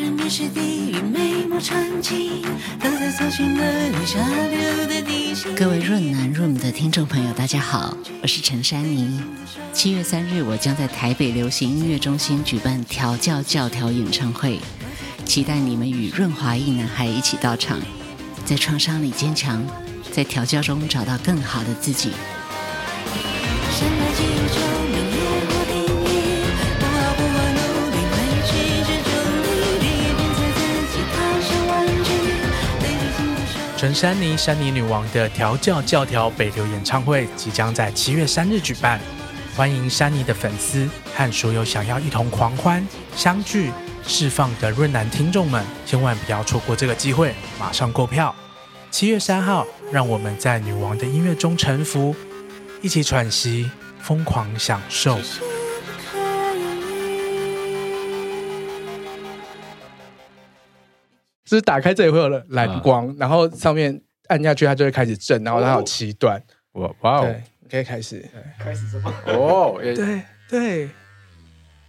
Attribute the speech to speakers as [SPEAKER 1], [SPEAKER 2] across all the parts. [SPEAKER 1] 人迷失地与美梦传奇，都在搜寻的你下流的地心。
[SPEAKER 2] 各位润南 Room 的听众朋友，大家好，我是陈珊妮。七月三日，我将在台北流行音乐中心举办调教教条演唱会，期待你们与润滑一男孩一起到场，在创伤里坚强，在调教中找到更好的自己。
[SPEAKER 1] 山高气有丘，明月或定义，不好不坏努力维持这种毅力，鞭策自己踏上弯曲，对自信的手。
[SPEAKER 3] 陈珊妮、珊妮女王的调教教条北流演唱会即将在七月三日举办，欢迎珊妮的粉丝和所有想要一同狂欢、相聚、释放的润南听众们，千万不要错过这个机会，马上购票。七月三号，让我们在女王的音乐中沉浮，一起喘息，疯狂享受。
[SPEAKER 1] 是不可言喻。
[SPEAKER 4] 就是打开这里会有蓝光，
[SPEAKER 3] 嗯
[SPEAKER 4] 然后上面按下去，它就会开始震，然后
[SPEAKER 3] 哦
[SPEAKER 4] 它有七段。
[SPEAKER 5] 哇哇哦
[SPEAKER 4] 对，你可以开始。
[SPEAKER 5] 哦，也
[SPEAKER 4] 对对，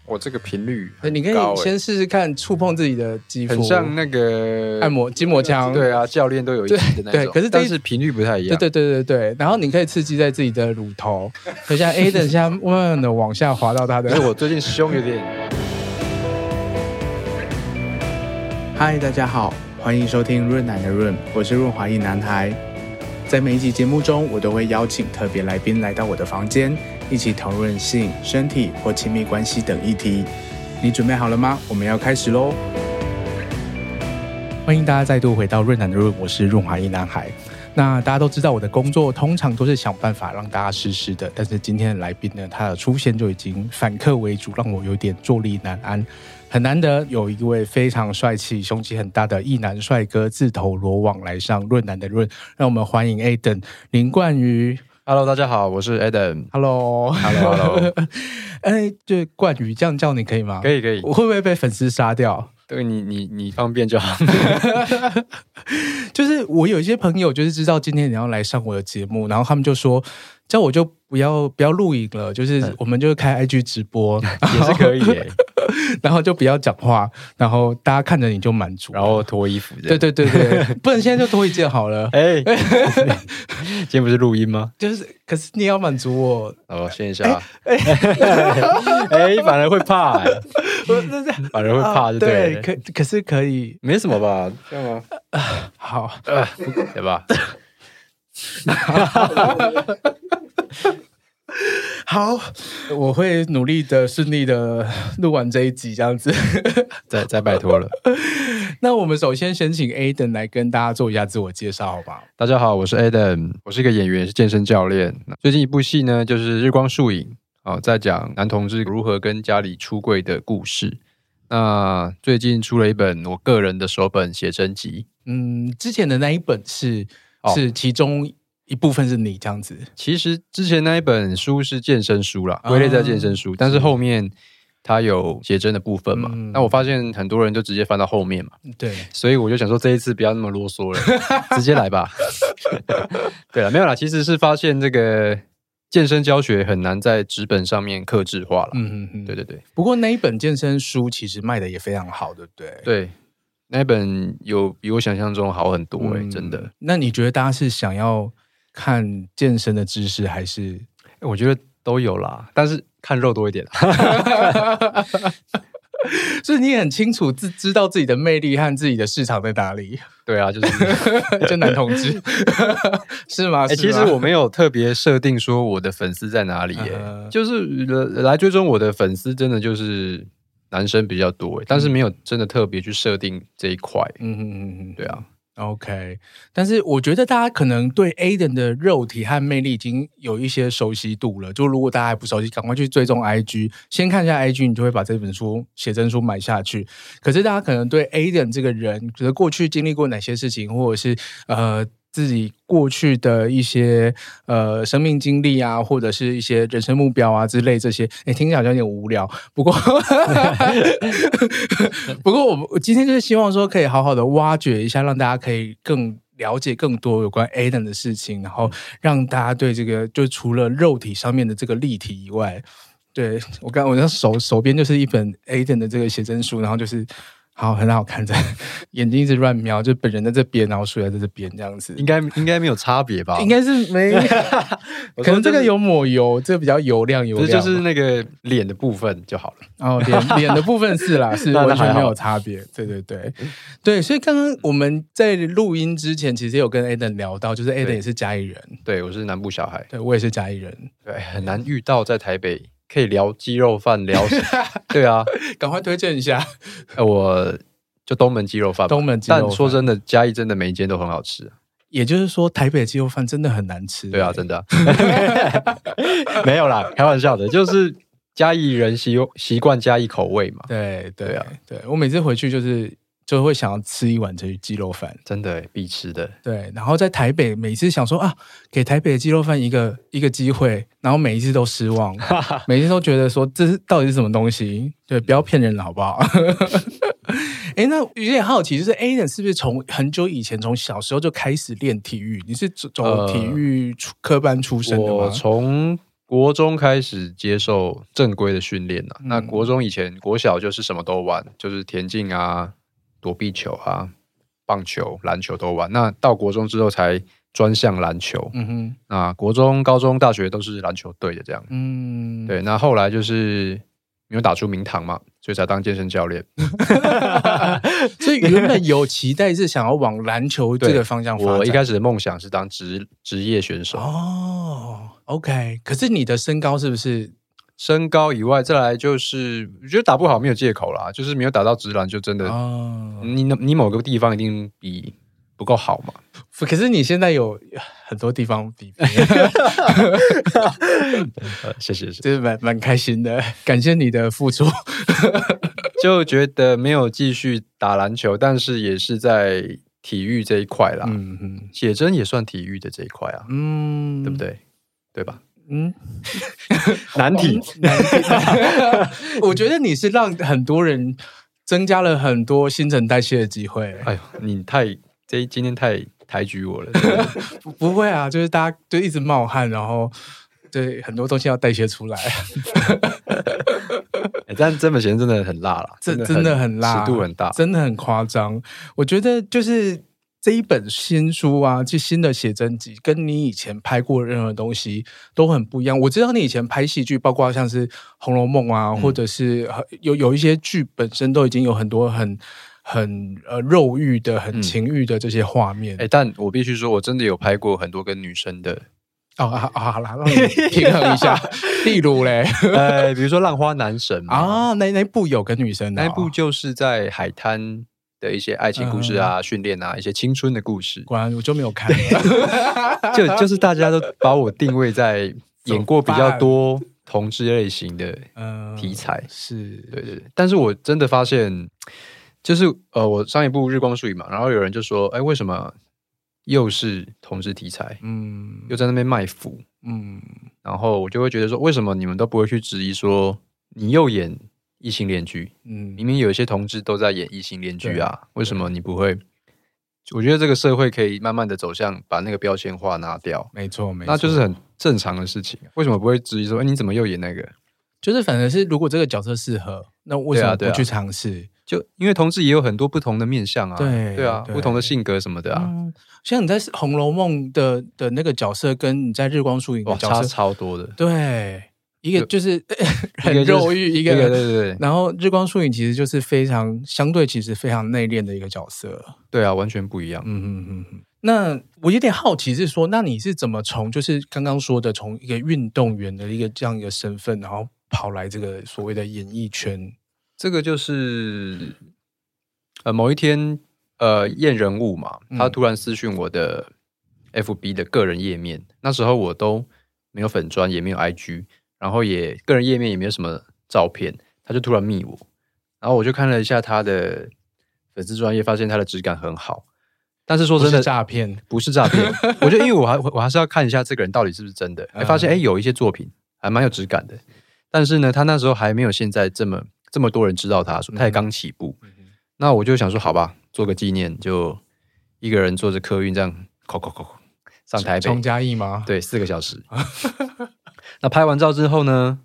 [SPEAKER 5] 我这个频率很高欸，
[SPEAKER 4] 你可以先试试看触碰自己的肌肤，
[SPEAKER 5] 很像那个
[SPEAKER 4] 按。摩筋膜枪。
[SPEAKER 5] 对啊，教练都有一集的那
[SPEAKER 4] 对
[SPEAKER 5] 种，
[SPEAKER 4] 可是这一
[SPEAKER 5] 但是频率不太一
[SPEAKER 4] 对
[SPEAKER 5] 样。
[SPEAKER 4] 对对对对，然后你可以刺激在自己的乳头，就像 A 等一下慢慢的往下滑到它的
[SPEAKER 5] 可。是我最近胸 有点，
[SPEAKER 6] 嗨，大家好，欢迎收听润奶的润，我是润滑一男孩。在每一集节目中，我都会邀请特别来宾来到我的房间，一起讨论性、身体或亲密关系等议题。你准备好了吗？我们要开始喽！
[SPEAKER 4] 欢迎大家再度回到润南的润，我是润华一男孩。那大家都知道，我的工作通常都是想办法让大家实施的，但是今天的来宾呢，他的出现就已经反客为主，让我有点坐立难安。很难得有一位非常帅气、胸肌很大的一男帅哥自投罗网来上润南的润，让我们欢迎 Aden 林冠宇。
[SPEAKER 5] Hello，大家好，我是 Adam。
[SPEAKER 4] Hello，
[SPEAKER 5] Hello，Hello，
[SPEAKER 4] 哎，对，冠宇这样叫你可以吗？
[SPEAKER 5] 可。以可以，
[SPEAKER 4] 我会不会被粉丝杀掉？
[SPEAKER 5] 对你你你方便就 好。
[SPEAKER 4] 就是我有一些朋友，就是知道今天你要来上我的节目，然后他们就说，叫我就不要不要录影了，就是我们就开 IG 直播，
[SPEAKER 5] 也是可以耶，
[SPEAKER 4] 然后就不要讲话，然后大家看着你就满足。
[SPEAKER 5] 然后脱衣服这
[SPEAKER 4] 对
[SPEAKER 5] 样。
[SPEAKER 4] 对对对，不然现在就多一件好了。
[SPEAKER 5] 哎，今天不是录音吗？
[SPEAKER 4] 就是，可是你也要满足我，
[SPEAKER 5] 哦，先一下， 哎，反而会怕欸，
[SPEAKER 4] 我 那这样
[SPEAKER 5] 反而会怕，就
[SPEAKER 4] 啊
[SPEAKER 5] 啊对
[SPEAKER 4] 对，
[SPEAKER 5] 了，
[SPEAKER 4] 可可是可以，
[SPEAKER 5] 没什么吧？这样吗？
[SPEAKER 4] 好，
[SPEAKER 5] 呃对吧？
[SPEAKER 4] 好，我会努力的、顺利的录完这一集，这样子。
[SPEAKER 5] 再再拜托了。
[SPEAKER 4] 那我们首先先请 Aden 来跟大家做一下自我介绍，好吗？
[SPEAKER 5] 大家好，我是 Adam，我是一个演员，是健身教练。最近一部戏呢，就是《日光树影》哦，在讲男同志如何跟家里出柜的故事。那最近出了一本我个人的首本写真集，
[SPEAKER 4] 嗯，之前的那一本是、
[SPEAKER 5] 哦
[SPEAKER 4] 是其中一部分是你这样子，
[SPEAKER 5] 其实之前那一本书是健身书啦，
[SPEAKER 4] 啊
[SPEAKER 5] 归类在健身书，但是后面它有写真的部分嘛。
[SPEAKER 4] 嗯
[SPEAKER 5] 那我发现很多人就直接翻到后面嘛，
[SPEAKER 4] 对，
[SPEAKER 5] 所以我就想说这一次不要那么啰嗦了，直接来吧。 对了，啊没有啦，其实是发现这个健身教学很难在纸本上面克制化了。
[SPEAKER 4] 嗯嗯嗯，
[SPEAKER 5] 对。对对
[SPEAKER 4] 不过那一本健身书其实卖的也非常好，对不对？
[SPEAKER 5] 对，那一本有比我想象中好很多
[SPEAKER 4] 嗯，
[SPEAKER 5] 诶、真的。
[SPEAKER 4] 那你觉得大家是想要看健身的知识，还是
[SPEAKER 5] 哎我觉得都有啦，但是看肉多一点啦。啊
[SPEAKER 4] 所以你也很清楚自知道自己的魅力和自己的市场在哪里？
[SPEAKER 5] 对啊， 就是。
[SPEAKER 4] 就男同志是吗？
[SPEAKER 5] 哎、
[SPEAKER 4] 啊是
[SPEAKER 5] 其
[SPEAKER 4] 吗
[SPEAKER 5] 实我没有特别设定说我的粉丝在哪里、耶，
[SPEAKER 4] 嗯哼
[SPEAKER 5] 就是呃来追踪我的粉丝，真的就是男生比较多、耶但是没有真的特别去设定这一块、
[SPEAKER 4] 嗯嗯嗯嗯，
[SPEAKER 5] 对啊，
[SPEAKER 4] OK，但是我觉得大家可能对 Aden 的肉体和魅力已经有一些熟悉度了。就如果大家还不熟悉，赶快去追踪 IG，先看一下 IG，你就会把这本书写真书买下去。可是大家可能对 Aden 这个人，觉得过去经历过哪些事情，或者是呃自己过去的一些呃生命经历啊，或者是一些人生目标啊之类这些，哎，听起来好像有点无聊。不过， 不过我们我今天就是希望说可以好好的挖掘一下，让大家可以更。了解更多有关 Aden 的事情，然后让大家对这个，就除了肉体上面的这个立体以外，对我刚我那手手边就是一本 Aden 的这个写真书，然后就是好，很好看的，眼睛一直乱瞄，就本人在这边，然后睡在这边这样子
[SPEAKER 5] 应。该应该没有差别吧？
[SPEAKER 4] 应该是 没，
[SPEAKER 5] 我说
[SPEAKER 4] 可能这
[SPEAKER 5] 就
[SPEAKER 4] 个
[SPEAKER 5] 是
[SPEAKER 4] 有抹油，这个比较油亮油
[SPEAKER 5] 不是
[SPEAKER 4] 亮。
[SPEAKER 5] 就是那个脸的部分就好了。
[SPEAKER 4] 哦， 脸脸的部分是啦，是
[SPEAKER 5] 那那
[SPEAKER 4] 完全
[SPEAKER 5] 还好
[SPEAKER 4] 没有差别。对对对对，所以刚刚我们在录音之前，其实有跟 Aden 聊到，就是 Aden
[SPEAKER 5] 对
[SPEAKER 4] 也是嘉义人，
[SPEAKER 5] 对，我是南部小孩，
[SPEAKER 4] 对我也是嘉义人，
[SPEAKER 5] 对，很难遇到在台北可以聊鸡肉饭聊 什么。对啊，
[SPEAKER 4] 赶快推荐一下。
[SPEAKER 5] 呃我就东门鸡肉饭吧，
[SPEAKER 4] 东门鸡肉饭
[SPEAKER 5] 但说真的，嘉义真的每一间都很好吃。
[SPEAKER 4] 也就是说，台北的鸡肉饭真的很难吃。
[SPEAKER 5] 对啊，真的啊、 没有啦，开玩笑的，就是嘉义人习习惯嘉义口味嘛，
[SPEAKER 4] 对对
[SPEAKER 5] 对
[SPEAKER 4] 啊
[SPEAKER 5] 啊，
[SPEAKER 4] 对我每次回去就是就会想要吃一碗这鸡肉饭。
[SPEAKER 5] 真的欸必吃的。
[SPEAKER 4] 对，然后在台北每次想说啊，给台北的鸡肉饭一个一个机会，然后每一次都失望，每一次都觉得说这是到底是什么东西？对，不要骗人了，好不好？ 哎，那有点好奇，就是 A 人是不是从很久以前，从小时候就开始练体育？你是走走
[SPEAKER 5] 呃
[SPEAKER 4] 体育出科班出身的
[SPEAKER 5] 我
[SPEAKER 4] 吗？
[SPEAKER 5] 从国中开始接受正规的训练了、啊
[SPEAKER 4] 嗯
[SPEAKER 5] 那国中以前国小就是什么都玩，就是田径啊、躲避球啊、棒球、篮球都玩。那到国中之后才专项篮球。
[SPEAKER 4] 嗯哼，
[SPEAKER 5] 那国中、高中、大学都是篮球队的这样。
[SPEAKER 4] 嗯，
[SPEAKER 5] 对，那后来就是因为打出名堂嘛，所以才当健身教练。
[SPEAKER 4] 所以原本有期待是想要往篮球这
[SPEAKER 5] 对
[SPEAKER 4] 个方向发展。
[SPEAKER 5] 我一开始的梦想是当职职业选手，
[SPEAKER 4] 哦，OK，可是你的身高是不是
[SPEAKER 5] 身高以外，再来就是我觉得打不好没有借口啦，就是没有打到直篮就真的，
[SPEAKER 4] 哦，
[SPEAKER 5] 你你某个地方一定比不够好 嘛。
[SPEAKER 4] 可是你现在有很多地方比别人，
[SPEAKER 5] 呃谢谢，谢 谢
[SPEAKER 4] 就是蛮蛮开心的，感谢你的付出。
[SPEAKER 5] 就觉得没有继续打篮球，但是也是在体育这一块啦。
[SPEAKER 4] 嗯嗯
[SPEAKER 5] 写真也算体育的这一块啊，
[SPEAKER 4] 嗯，
[SPEAKER 5] 对 不？对？对吧？
[SPEAKER 4] 嗯， 哦
[SPEAKER 5] 难题，
[SPEAKER 4] 我觉得你是让很多人增加了很多新陈代谢的机会。
[SPEAKER 5] 哎呦，你太这今天太抬举我了。
[SPEAKER 4] 不不会啊，就是大家就一直冒汗，然后对很多东西要代谢出来。
[SPEAKER 5] 欸、但真本贤真的很辣啦，
[SPEAKER 4] 这
[SPEAKER 5] 很
[SPEAKER 4] 真的很辣，
[SPEAKER 5] 尺度很大。
[SPEAKER 4] 真的很夸张。我觉得就是这一本新书啊，这新的写真集，跟你以前拍过任何东西都很不一样。我知道你以前拍戏剧，包括像是《红楼梦》啊，
[SPEAKER 5] 嗯
[SPEAKER 4] 或者是呃有有一些剧本身都已经有很多很很呃肉欲的、很
[SPEAKER 5] 嗯
[SPEAKER 4] 情欲的这些画面。
[SPEAKER 5] 哎、但我必须说，我真的有拍过很多跟女 生的，
[SPEAKER 4] 哦，啊啊好啦， 让你平衡一下。例如嘞，
[SPEAKER 5] 呃，比如说《浪花男神》嘛，
[SPEAKER 4] 啊，那那部有跟女生的、哦
[SPEAKER 5] 那一部就是在海滩的一些爱情故事
[SPEAKER 4] 嗯
[SPEAKER 5] 啊、训练、啊、一些青春的 故事，
[SPEAKER 4] 果然我就没有看。
[SPEAKER 5] 就就是大家都把我定 位在演过比较多同志类型的
[SPEAKER 4] 嗯
[SPEAKER 5] 题材。
[SPEAKER 4] 是
[SPEAKER 5] 对对对，但是我真的发现，就是呃，我上一部《日光树影》嘛，然后有人就说，哎、为什么又是同志题材，
[SPEAKER 4] 嗯
[SPEAKER 5] 又在那边卖腐？
[SPEAKER 4] 嗯，
[SPEAKER 5] 然后我就会觉得说，为什么你们都不会去质疑说，你又演异性恋剧，
[SPEAKER 4] 嗯
[SPEAKER 5] 明明有一些同志都在演异性恋剧啊，为什么你不会？我觉得这个社会可以慢慢的走向把那个标签化拿掉，
[SPEAKER 4] 没错，没错，
[SPEAKER 5] 那就是很正常的事情。为什么不会质疑说，哎，你怎么又演那个？
[SPEAKER 4] 就是，反正是如果这个角色适合，那为什么
[SPEAKER 5] 对啊对
[SPEAKER 4] 不
[SPEAKER 5] 啊
[SPEAKER 4] 去尝试？
[SPEAKER 5] 就因为同志也有很多不同的面相啊，
[SPEAKER 4] 对
[SPEAKER 5] 啊，
[SPEAKER 4] 对
[SPEAKER 5] 不同的性格什么的啊，
[SPEAKER 4] 嗯，像你在《红楼梦》的的那个角色，跟你在《日光树影》的
[SPEAKER 5] 哇，
[SPEAKER 4] 角
[SPEAKER 5] 差
[SPEAKER 4] 色，
[SPEAKER 5] 超多的，
[SPEAKER 4] 对，一个就是
[SPEAKER 5] 一
[SPEAKER 4] 很
[SPEAKER 5] 个就是
[SPEAKER 4] 肉欲，一
[SPEAKER 5] 一个对
[SPEAKER 4] 个。
[SPEAKER 5] 对对
[SPEAKER 4] 然后日光树影其实就是非常相对，其实非常内敛的一个角色。
[SPEAKER 5] 对啊，完全不一样。
[SPEAKER 4] 嗯嗯嗯嗯。那我有点好奇是说，那你是怎么从就是刚刚说的从一个运动员的一个这样一个身份，然后跑来这个所谓的演艺圈？
[SPEAKER 5] 这个就是呃某一天呃验人物嘛，
[SPEAKER 4] 嗯
[SPEAKER 5] 他突然私讯我的 FB 的个人页面，那时候我都没有粉砖，也没有 IG，然后也个人页面也没有什么照片，他就突然密我，然后我就看了一下他的粉丝专业，发现他的质感很好。但是说
[SPEAKER 4] 不
[SPEAKER 5] 真
[SPEAKER 4] 是
[SPEAKER 5] 的，
[SPEAKER 4] 诈骗，
[SPEAKER 5] 不是诈骗，我觉得因为我还我还是要看一下这个人到底是不是真的，还发现哎、诶有一些作品还蛮有质感的，但是呢，他那时候还没有现在这么这么多人知道他，说他也刚起步，那我就想说好吧，做个纪念，就一个人坐着客运这样，扣扣扣扣上台
[SPEAKER 4] 从
[SPEAKER 5] 北，
[SPEAKER 4] 嘉义吗？
[SPEAKER 5] 对，四个小时。那拍完照之后呢，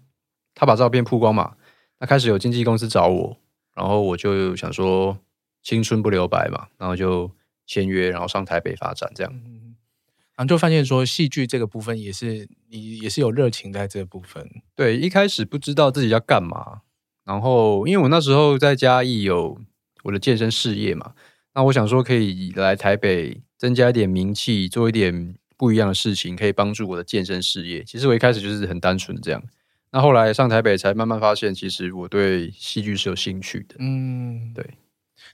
[SPEAKER 5] 他把照片曝光嘛，那开始有经纪公司找我，然后我就想说青春不留白嘛，然后就签约，然后上台北发展这样。
[SPEAKER 4] 嗯然后就发现说，戏剧这个部分也是你也是有热情在这部分。
[SPEAKER 5] 对，一开始不知道自己要干嘛，然后因为我那时候在嘉义有我的健身事业嘛，那我想说可以来台北增加一点名气，做一点不一样的事情，可以帮助我的健身事业。其实我一开始就是很单纯的这样，那后来上台北才慢慢发现，其实我对戏剧是有兴趣的。
[SPEAKER 4] 嗯，
[SPEAKER 5] 对。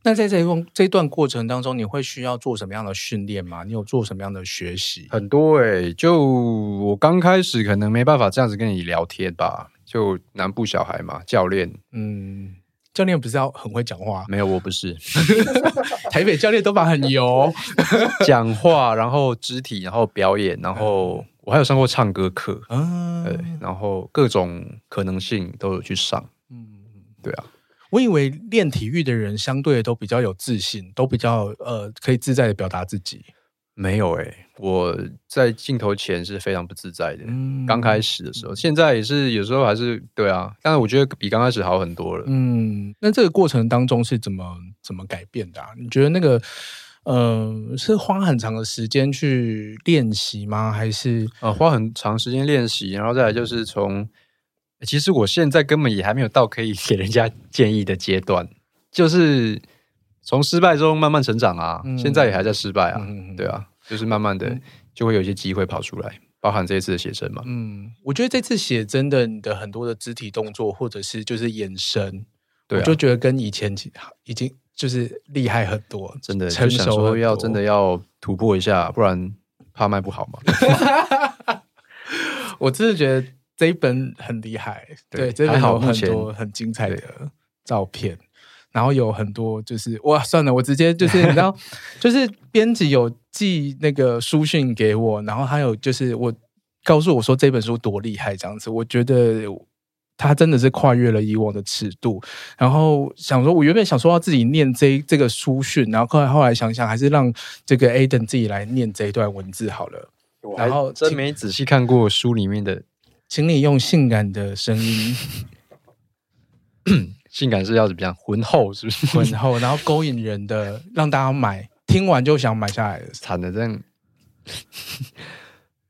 [SPEAKER 4] 那在这一段这一段过程当中，你会需要做什么样的训练吗？你有做什么样的学习？
[SPEAKER 5] 很多诶、就我刚开始可能没办法这样子跟你聊天吧，就南部小孩嘛，教练
[SPEAKER 4] 嗯，教练不是要很会讲话，
[SPEAKER 5] 没有，我不是
[SPEAKER 4] 台北教练都把很油。
[SPEAKER 5] 讲话，然后肢体，然后表演，然后我还有上过唱歌课，
[SPEAKER 4] 嗯，
[SPEAKER 5] 对，然后各种可能性都有去上，
[SPEAKER 4] 嗯，
[SPEAKER 5] 对啊，
[SPEAKER 4] 我以为练体育的人相对都比较有自信，都比较呃可以自在的表达自己。
[SPEAKER 5] 没有诶、我在镜头前是非常不自在的，
[SPEAKER 4] 嗯
[SPEAKER 5] 刚开始的时候，现在也是有时候还是对啊，但是我觉得比刚开始好很多了。
[SPEAKER 4] 嗯，那这个过程当中是怎么怎么改变的、啊？你觉得那个，呃，是花很长的时间去练习吗？还是
[SPEAKER 5] 呃，花很长时间练习，然后再来
[SPEAKER 4] 嗯
[SPEAKER 5] 就是从，其实我现在根本也还没有到可以给人家建议的阶段，就是从失败中慢慢成长啊，
[SPEAKER 4] 嗯
[SPEAKER 5] 现在也还在失败啊，
[SPEAKER 4] 嗯
[SPEAKER 5] 对啊，就是慢慢的就会有一些机会跑出来，包含这一次的写生嘛，
[SPEAKER 4] 嗯，我觉得这次写真的你的很多的肢体动作，或者是就是眼神，
[SPEAKER 5] 对
[SPEAKER 4] 我
[SPEAKER 5] 啊
[SPEAKER 4] 就觉得跟以前其已经就是厉害很多，
[SPEAKER 5] 真的
[SPEAKER 4] 成
[SPEAKER 5] 就想
[SPEAKER 4] 熟
[SPEAKER 5] 说
[SPEAKER 4] 很
[SPEAKER 5] 要
[SPEAKER 4] 多
[SPEAKER 5] 真的要突破一下，不然怕卖不好嘛，
[SPEAKER 4] 我真的觉得这一本很厉害，
[SPEAKER 5] 对
[SPEAKER 4] 对，这本
[SPEAKER 5] 还好
[SPEAKER 4] 有很
[SPEAKER 5] 目前
[SPEAKER 4] 多很精彩的照片，然后有很多就是哇，算了，我直接就是你知 道，就是编辑有寄那个书讯给我，然后还有就是我告诉我说这本书多厉害这样子，我觉得。他真的是跨越了以往的尺度，然后想说，我原本想说要自己念这这个书讯，然后后来后来想想，还是让这个 Aden 自己来念这一段文字好了。然后
[SPEAKER 5] 还真没仔细看过书里面的
[SPEAKER 4] 请你用性感的声 音
[SPEAKER 5] 性感是要怎么样浑厚是不是？
[SPEAKER 4] 浑厚，然后勾引人的，让大家买，听完就想买下来的。
[SPEAKER 5] 惨的这样。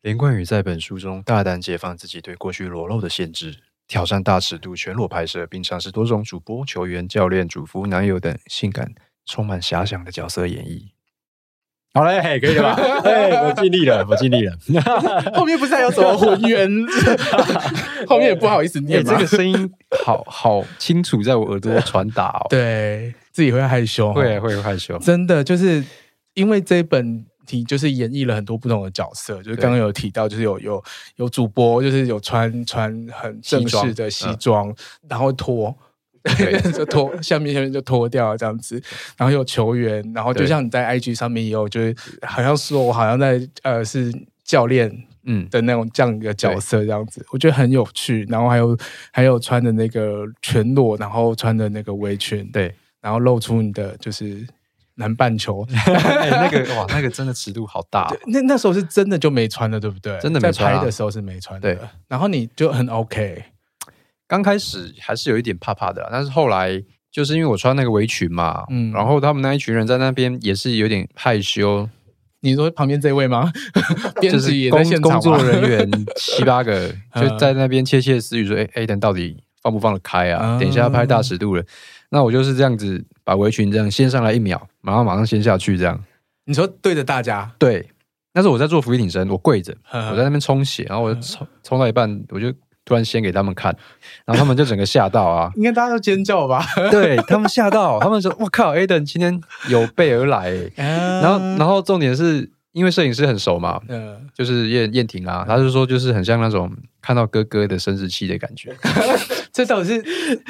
[SPEAKER 5] 连贯宇在本书中大胆解放自己对过去裸露的限制，挑战大尺度全裸拍摄，并尝试多种主播、球员、教练、主妇、男友等性感、充满遐想的角色演绎。好嘞，嘿可以了 吧？嘿，我尽力 了，我尽力了。
[SPEAKER 4] 后面不是还有什么浑圆？后面也不好意思
[SPEAKER 5] 哎、
[SPEAKER 4] 念
[SPEAKER 5] 这
[SPEAKER 4] 嘛，
[SPEAKER 5] 个声音好好清楚，在我耳朵传达哦。，
[SPEAKER 4] 对自己会害羞哦，
[SPEAKER 5] 会会害羞。
[SPEAKER 4] 真的就是因为这一本。你就是演绎了很多不同的角色，就是
[SPEAKER 5] 对
[SPEAKER 4] 刚刚有提到，就是有有有主播，就是有穿穿很正式的西
[SPEAKER 5] 西装
[SPEAKER 4] 装，然后脱，
[SPEAKER 5] 嗯 对
[SPEAKER 4] 就脱下面下面就脱掉了这样子，然后有球员，然后就
[SPEAKER 5] 对
[SPEAKER 4] 像你在 IG 上面也有，就是好像说我好像在呃是教练
[SPEAKER 5] 嗯，
[SPEAKER 4] 的那种这样一个角色这样子，我觉得很有趣。然后还有还有穿的那个全裸，然后穿的那个围裙，
[SPEAKER 5] 对。
[SPEAKER 4] 然后露出你的就是南半 球。
[SPEAKER 5] 哎那个哇，那个真的尺度好大哦、
[SPEAKER 4] 那那时候是真的就没穿的，对不对？
[SPEAKER 5] 真的没穿啊
[SPEAKER 4] 在拍的时候是没穿
[SPEAKER 5] 对
[SPEAKER 4] 的。然后你就很 OK，
[SPEAKER 5] 刚开始还是有一点怕怕的啦，但是后来就是因为我穿那个围裙嘛，
[SPEAKER 4] 嗯
[SPEAKER 5] 然后他们那一群人在那边也是有点害羞，
[SPEAKER 4] 你说旁边这位 吗？编
[SPEAKER 5] 就是
[SPEAKER 4] 辑也在
[SPEAKER 5] 工
[SPEAKER 4] 现场
[SPEAKER 5] 工
[SPEAKER 4] 吗
[SPEAKER 5] 作人员七八个
[SPEAKER 4] 嗯
[SPEAKER 5] 就在那边窃窃私语说：“哎、a d e n 到底放不放得开啊？
[SPEAKER 4] 嗯
[SPEAKER 5] 等一下要拍大尺度了。”那我就是这样子把围裙这样掀上来一秒，然后马上掀下去，这样
[SPEAKER 4] 你说对着大家，
[SPEAKER 5] 对。但是我在做俯卧撑挺身，我跪着，
[SPEAKER 4] 嗯
[SPEAKER 5] 我在那边冲血，然后我就冲冲到一半，我就突然掀给他们看，然后他们就整个吓到啊，
[SPEAKER 4] 应该大家都尖叫吧？
[SPEAKER 5] 对他们吓到，他们说：“我靠，Aden 今天有备而来。”
[SPEAKER 4] 然
[SPEAKER 5] 然后，然后重点是因为摄影师很熟嘛，
[SPEAKER 4] 嗯，
[SPEAKER 5] 就是燕燕婷啊，他就说就是很像那种看到哥哥的生殖器的感觉，
[SPEAKER 4] 这到底是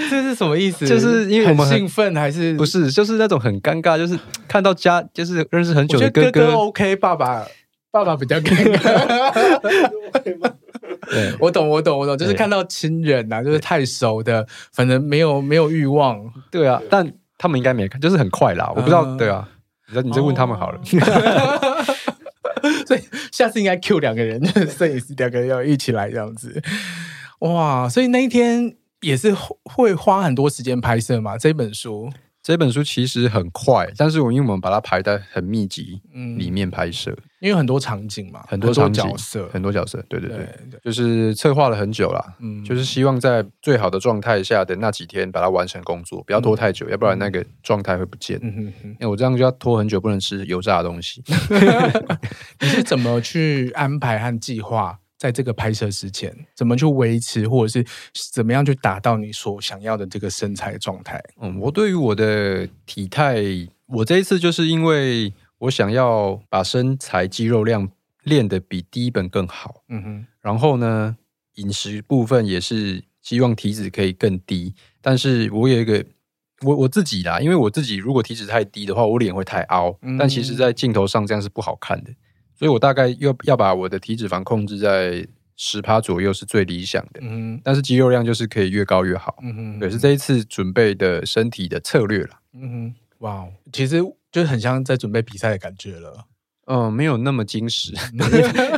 [SPEAKER 4] 这是什么意思？
[SPEAKER 5] 就是因为我们
[SPEAKER 4] 很
[SPEAKER 5] 很
[SPEAKER 4] 兴奋还是
[SPEAKER 5] 不？是，就是那种很尴尬，就是看到家就是认识很
[SPEAKER 4] 我
[SPEAKER 5] 久
[SPEAKER 4] 觉
[SPEAKER 5] 的
[SPEAKER 4] 得哥哦
[SPEAKER 5] 哥，
[SPEAKER 4] OK，爸爸爸爸比较尴尬。
[SPEAKER 5] 对
[SPEAKER 4] 我懂，我懂，我懂，就是
[SPEAKER 5] 对
[SPEAKER 4] 看到亲人呐、就是太熟的，反正没有没有欲望，
[SPEAKER 5] 对啊，但他们应该没看，就是很快啦，我不知道，
[SPEAKER 4] 嗯哦
[SPEAKER 5] 对啊，你再你再问他们好了，
[SPEAKER 4] 所以下次应该 Q 两个人， 就是摄影师两个人要一起来这样子。哇，所以那一天也是会会花很多时间拍摄嘛，这本书
[SPEAKER 5] 这本书其实很快，但是我因为我们把它排在很密集
[SPEAKER 4] 嗯
[SPEAKER 5] 里面拍摄，
[SPEAKER 4] 因为很多场景嘛，
[SPEAKER 5] 很
[SPEAKER 4] 多
[SPEAKER 5] 多场景
[SPEAKER 4] 角色，
[SPEAKER 5] 很多角色，对对
[SPEAKER 4] 对
[SPEAKER 5] 对，
[SPEAKER 4] 对，
[SPEAKER 5] 就是策划了很久啦，
[SPEAKER 4] 嗯
[SPEAKER 5] 就是希望在最好的状态下的那几天把它完成工作，不要拖太久，要不然那个状态会不见。
[SPEAKER 4] 嗯哼哼，
[SPEAKER 5] 因为我这样就要拖很久，不能吃油炸的东西。
[SPEAKER 4] 你是怎么去安排和计划在这个拍摄之前，怎么去维持，或者是怎么样去达到你所想要的这个身材状态？
[SPEAKER 5] 嗯，我对于我的体态，我这一次就是因为我想要把身材肌肉量练得比第一本更好，
[SPEAKER 4] 嗯哼，
[SPEAKER 5] 然后呢，饮食部分也是希望体脂可以更低，但是我有一个。我我自己啦，因为我自己如果体脂太低的话，我脸会太凹，
[SPEAKER 4] 嗯
[SPEAKER 5] 但其实在镜头上这样是不好看的，所以我大概要要把我的体脂肪控制在十趴左右是最理想的，
[SPEAKER 4] 嗯哼，
[SPEAKER 5] 但是肌肉量就是可以越高越好。
[SPEAKER 4] 嗯哼，
[SPEAKER 5] 对，是这一次准备的身体的策略啦。
[SPEAKER 4] 嗯哼，哇哦，其实就很像在准备比赛的感觉了。
[SPEAKER 5] 嗯、没有那么 精实，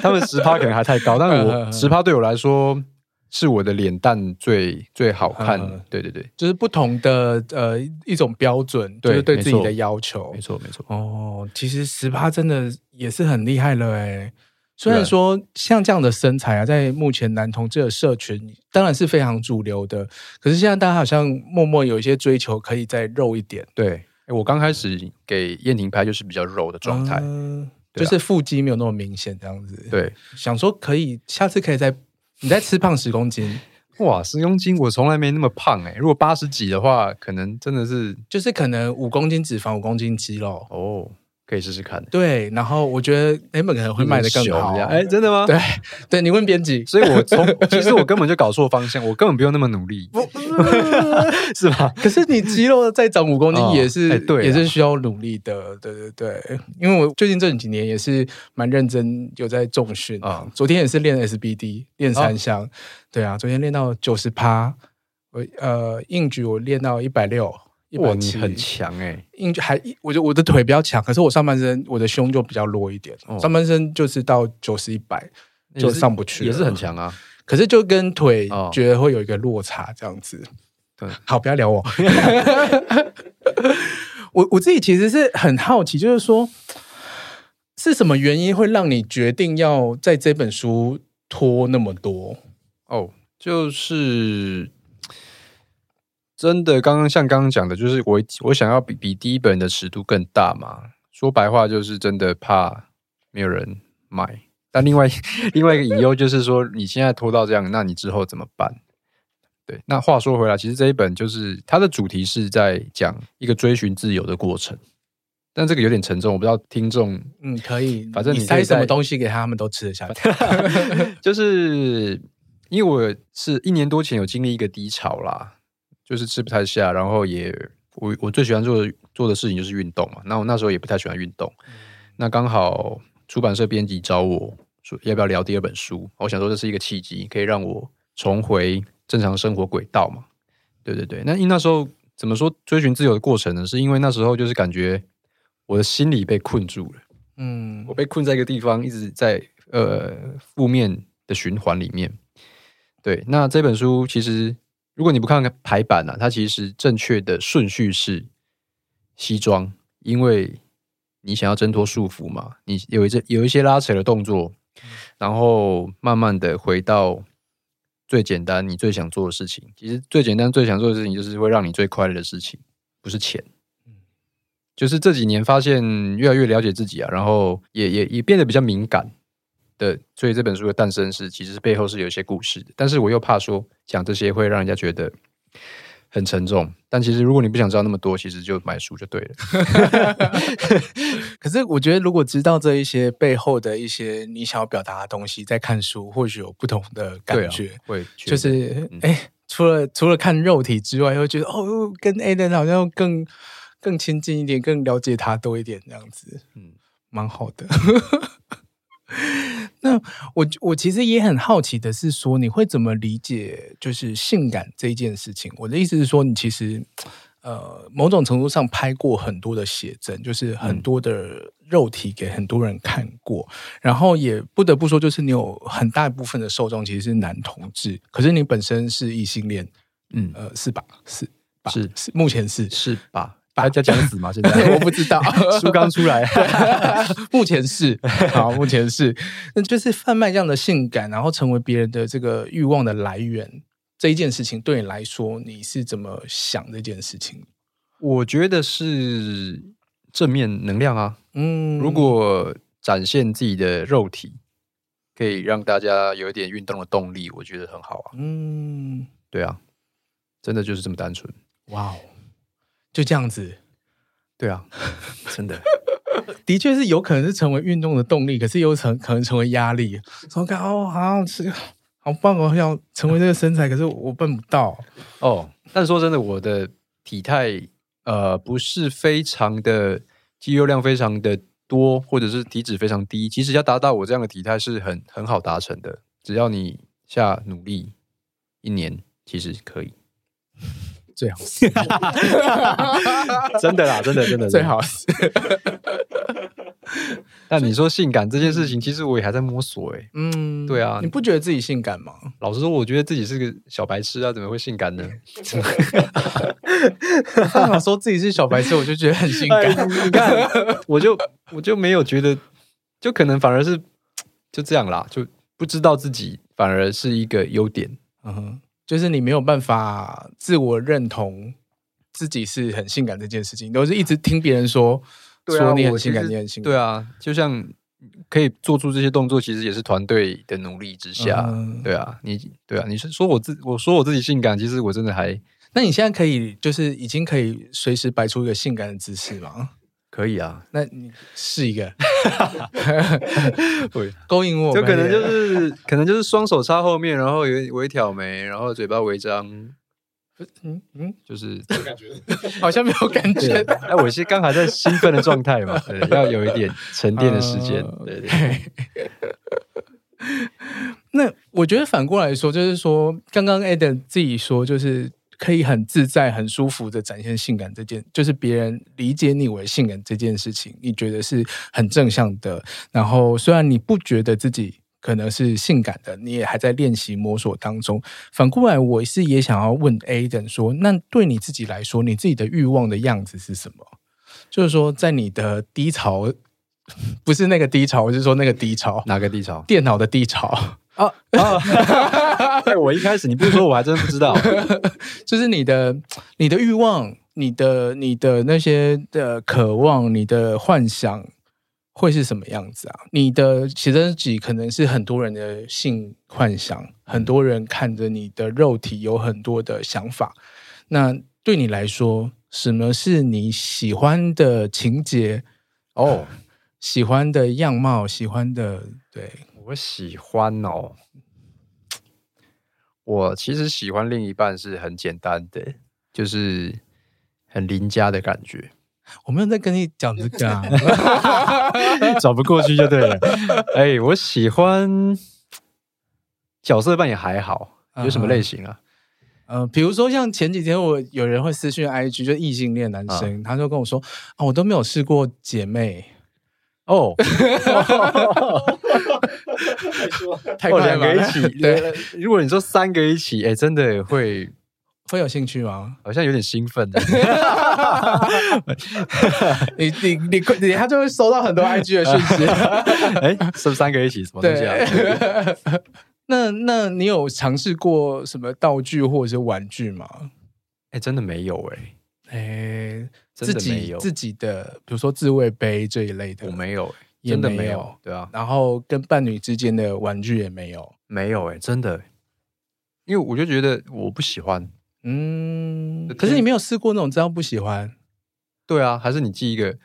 [SPEAKER 5] 他们十趴可能还太高，但
[SPEAKER 4] 嗯
[SPEAKER 5] 我十趴对我来说是我的脸蛋最最好看
[SPEAKER 4] 嗯
[SPEAKER 5] 的。对对对，
[SPEAKER 4] 就是不同的呃一种标准，就
[SPEAKER 5] 对
[SPEAKER 4] 是对自己
[SPEAKER 5] 没错
[SPEAKER 4] 的要求。
[SPEAKER 5] 没错没错。
[SPEAKER 4] 哦，其实十趴真的也是很厉害了哎。虽然
[SPEAKER 5] 对
[SPEAKER 4] 说像这样的身材啊，在目前男同志的社群当然是非常主流的，可是现在大家好像默默有一些追求，可以再肉一点
[SPEAKER 5] 对，诶我刚开始给燕婷拍就是比较柔的状态。
[SPEAKER 4] 嗯
[SPEAKER 5] 对
[SPEAKER 4] 就
[SPEAKER 5] 啊
[SPEAKER 4] 是腹肌没有那么明显这样子。，
[SPEAKER 5] 对，
[SPEAKER 4] 想说可以下次可以再你再吃胖十公斤，
[SPEAKER 5] 哇，十公斤我从来没那么胖哎、如果八十几的话，可能真的是
[SPEAKER 4] 就是可能五公斤脂肪，五公斤肌肉。
[SPEAKER 5] 哦，可以试试看。
[SPEAKER 4] 对，然后我觉得哎 A 本可能会卖的更好。啊
[SPEAKER 5] 哎、诶真的吗？
[SPEAKER 4] 对，对你问编 辑，
[SPEAKER 5] 所以我从其实我根本就搞错方向，我根本不用那么努力，是吧？
[SPEAKER 4] 可 是你肌肉再长五公斤
[SPEAKER 5] 哦
[SPEAKER 4] 也是、
[SPEAKER 5] 哎对啊
[SPEAKER 4] 也是需要努力的，对对对。因为我最近这几年也是蛮认真，有在重训啊。
[SPEAKER 5] 啊
[SPEAKER 4] 昨天也是练 SBD，练三项，对啊，昨天练到九十趴，我呃硬举我练到一百六。一
[SPEAKER 5] 哇，
[SPEAKER 4] 百
[SPEAKER 5] 你
[SPEAKER 4] 七，
[SPEAKER 5] 很强哎、
[SPEAKER 4] 硬举还我就我的腿比较强，可是我上半身我的胸就比较弱一点，
[SPEAKER 5] 哦
[SPEAKER 4] 上半身就是到九十一百就
[SPEAKER 5] 也是
[SPEAKER 4] 上不去
[SPEAKER 5] 也是
[SPEAKER 4] 了
[SPEAKER 5] 很强啊。
[SPEAKER 4] 可是就跟腿
[SPEAKER 5] 哦
[SPEAKER 4] 觉得会有一个落差这样子。
[SPEAKER 5] 对
[SPEAKER 4] 好，不要聊 我。 我我自己其实是很好奇，就是说，是什么原因会让你决定要在这本书拖那么多？
[SPEAKER 5] 哦，就是真的，刚刚像刚刚讲的，就是我我想要比比第一本的尺度更大嘛。说白话就是真的怕没有人买。但另外另外一个隐忧就是说，你现在拖到这样，那你之后怎么办？对，那话说回来，其实这一本就是它的主题是在讲一个追寻自由的过程，但这个有点沉重，我不知道听众
[SPEAKER 4] 嗯，可以，
[SPEAKER 5] 反正
[SPEAKER 4] 你
[SPEAKER 5] 你
[SPEAKER 4] 塞
[SPEAKER 5] 可以
[SPEAKER 4] 什么
[SPEAKER 5] 在
[SPEAKER 4] 东西给他们都吃得下 去。
[SPEAKER 5] 就是因为我是一年多前有经历一个低潮啦，就是吃不太下，然后也我我最喜欢做的做的事情就是运动嘛。那我那时候也不太喜欢运动，那刚好出版社编辑找我说要不要聊第二本书，我想说这是一个契机，可以让我重回正常生活轨道嘛。对对对，那因为那时候怎么说追寻自由的过程呢？是因为那时候就是感觉我的心里被困住了。
[SPEAKER 4] 嗯
[SPEAKER 5] 我被困在一个地方，一直在呃负面的循环里面。对，那这本书其实如果你不看排版啊，它其实正确的顺序是西装，因为你想要挣脱束缚嘛，你有一些有一些拉扯的动作，然后慢慢的回到最简单你最想做的事情。其实最简单最想做的事情就是会让你最快乐的事情，不是钱。就是这几年发现越来越了解自己啊，然后也也也变得比较敏感的，所以这本书的诞生是其实背后是有一些故事的，但是我又怕说讲这些会让人家觉得很沉重，但其实如果你不想知道那么多，其实就买书就对 了。
[SPEAKER 4] 可是我觉得，如果知道这一些背后的一些你想要表达的东西，在看书或许有不同的
[SPEAKER 5] 对
[SPEAKER 4] 感
[SPEAKER 5] 啊
[SPEAKER 4] 觉。
[SPEAKER 5] 会觉
[SPEAKER 4] 就
[SPEAKER 5] 得
[SPEAKER 4] 是
[SPEAKER 5] 嗯
[SPEAKER 4] 哎、除了除了看肉体之外，又觉得哦，跟 A 人好像更更亲近一点，更了解他多一点，这样子，嗯
[SPEAKER 5] 嗯，
[SPEAKER 4] 蛮好的。 那我我其实也很好奇的是说，你会怎么理解就是性感这一件事情？我的意思是说，你其实呃某种程度上拍过很多的写真，就是
[SPEAKER 5] 嗯
[SPEAKER 4] 很多的肉体给很多人看过，然后也不得不说，就是你有很大一部分的受众其实是男同志，可是你本身是异性恋，
[SPEAKER 5] 嗯
[SPEAKER 4] 呃，是吧？是吧？
[SPEAKER 5] 是
[SPEAKER 4] 是，目前是
[SPEAKER 5] 是吧？大家讲死吗？现
[SPEAKER 4] 我
[SPEAKER 5] 在
[SPEAKER 4] 不知道，
[SPEAKER 5] 书刚出 来，
[SPEAKER 4] 目前是好，目前是，那就是贩卖这样的性感，然后成为别人的这个欲望的来源这一件事情，对你来说，你是怎么想这件事情？
[SPEAKER 5] 我觉得是正面能量啊。
[SPEAKER 4] 嗯
[SPEAKER 5] 如果展现自己的肉体，可以让大家有一点运动的动力，我觉得很好啊。
[SPEAKER 4] 嗯，
[SPEAKER 5] 对啊，真的就是这么单纯。
[SPEAKER 4] 哇哦，就这样子，
[SPEAKER 5] 对啊， 真的。
[SPEAKER 4] 的确是有可能是成为运动的动力，可是有成可能成为压力。说看哦，好像是好棒哦，要成为这个身材，可是我办不到。
[SPEAKER 5] 哦，但是说真的，我的体态呃不是非常的肌肉量非常的多，或者是体脂非常低。其实要达到我这样的体态是很很好达成的，只要你下努力一年，其实可以。
[SPEAKER 4] 最好
[SPEAKER 5] 是， 真的啦，真的 真的
[SPEAKER 4] 最。好是
[SPEAKER 5] 但你说性感这件事情，其实我也还在摸索哎、
[SPEAKER 4] 嗯，
[SPEAKER 5] 对啊
[SPEAKER 4] 你不觉得自己性感吗？
[SPEAKER 5] 老实说，我觉得自己是个小白痴啊，怎么会性感呢？
[SPEAKER 4] 他想说自己是小白痴，我就觉得很性 感。
[SPEAKER 5] 你看，我就我就没有觉得，就可能反而是就这样啦，就不知道自己反而是一个优点。
[SPEAKER 4] 嗯哼，就是你没有办法自我认同自己是很性感这件事情，都是一直听别人说、
[SPEAKER 5] 啊
[SPEAKER 4] 说你很性感，你很性感。
[SPEAKER 5] 对啊，就像可以做出这些动作，其实也是团队的努力之下。
[SPEAKER 4] 嗯
[SPEAKER 5] 对啊，你对啊，你是说我自我说我自己性感，其实我真的还
[SPEAKER 4] 那你现在可以就是已经可以随时摆出一个性感的姿势吗？
[SPEAKER 5] 可以啊。
[SPEAKER 4] 那你试 一个
[SPEAKER 5] 对，
[SPEAKER 4] 勾引我，
[SPEAKER 5] 就可能就。是可能就是双手插后面，然后有微挑眉，然后嘴巴微张，
[SPEAKER 4] 嗯嗯，
[SPEAKER 5] 就是
[SPEAKER 4] 好像没有感
[SPEAKER 5] 对，
[SPEAKER 4] 觉。
[SPEAKER 5] 哎，我是刚好在兴奋的状态嘛，对，要有一点沉淀的时间
[SPEAKER 4] 啊。
[SPEAKER 5] 对对，
[SPEAKER 4] 那我觉得反过来说，就是说，刚刚 Adam 自己说，就是可以很自在、很舒服的展现性感这件，就是别人理解你为性感这件事情，你觉得是很正向的。然后虽然你不觉得自己可能是性感的，你也还在练习摸索当中。反过来，我是也想要问 Adam 说，那对你自己来说，你自己的欲望的样子是什么？就是说，在你的低潮， 不是那个低潮，我是说那个低潮，
[SPEAKER 5] 哪个低潮？
[SPEAKER 4] 电脑的低潮，
[SPEAKER 5] 哎，我一开始你不说，我还真不知道。
[SPEAKER 4] 就是你的你的欲望、你的你的那些的渴望、你的幻想会是什么样子啊？你的写真集可能是很多人的性幻想，很多人看着你的肉体有很多的想法。那对你来说，什么是你喜欢的情节？哦，喜欢的样貌，喜欢的对，
[SPEAKER 5] 我喜欢哦，我其实喜欢另一半是很简单的，就是很邻家的感觉，
[SPEAKER 4] 我没有在跟你讲这个、啊。
[SPEAKER 5] 转不过去就对了。哎，我喜欢角色扮演还好，有什么类型啊？
[SPEAKER 4] 呃，比如说像前几天我有人会私讯 IG，就异性恋男生，他就跟我说啊，我都没有试过姐妹，
[SPEAKER 5] 哦，
[SPEAKER 4] 太
[SPEAKER 5] 哦，
[SPEAKER 4] 快了
[SPEAKER 5] 两
[SPEAKER 4] 吧，，
[SPEAKER 5] 个一 起
[SPEAKER 4] 对，
[SPEAKER 5] 呃如果你说三个一起，哎、真的会
[SPEAKER 4] 会有兴趣吗？
[SPEAKER 5] 好像有点兴奋。
[SPEAKER 4] 你你你你，他就会收到 很多 IG 的讯息，
[SPEAKER 5] 哎、是不是三个一起什 么东西啊？
[SPEAKER 4] 对。 那那你有尝试过什么道具或者是玩具吗？
[SPEAKER 5] 哎、真的没有哎、
[SPEAKER 4] 诶，
[SPEAKER 5] 真
[SPEAKER 4] 自
[SPEAKER 5] 的没
[SPEAKER 4] 己
[SPEAKER 5] 有
[SPEAKER 4] 自己的，比如说自慰杯这一类的，
[SPEAKER 5] 我。没有、哎
[SPEAKER 4] 也
[SPEAKER 5] 真的
[SPEAKER 4] 没
[SPEAKER 5] 没
[SPEAKER 4] 有
[SPEAKER 5] 对啊，
[SPEAKER 4] 然后跟伴侣之间的玩具也没有。
[SPEAKER 5] 没有哎、真的、因为我就觉得我不喜欢。
[SPEAKER 4] 嗯，可是你没有试过那种知道不喜欢。
[SPEAKER 5] 对啊，还是你寄 一个，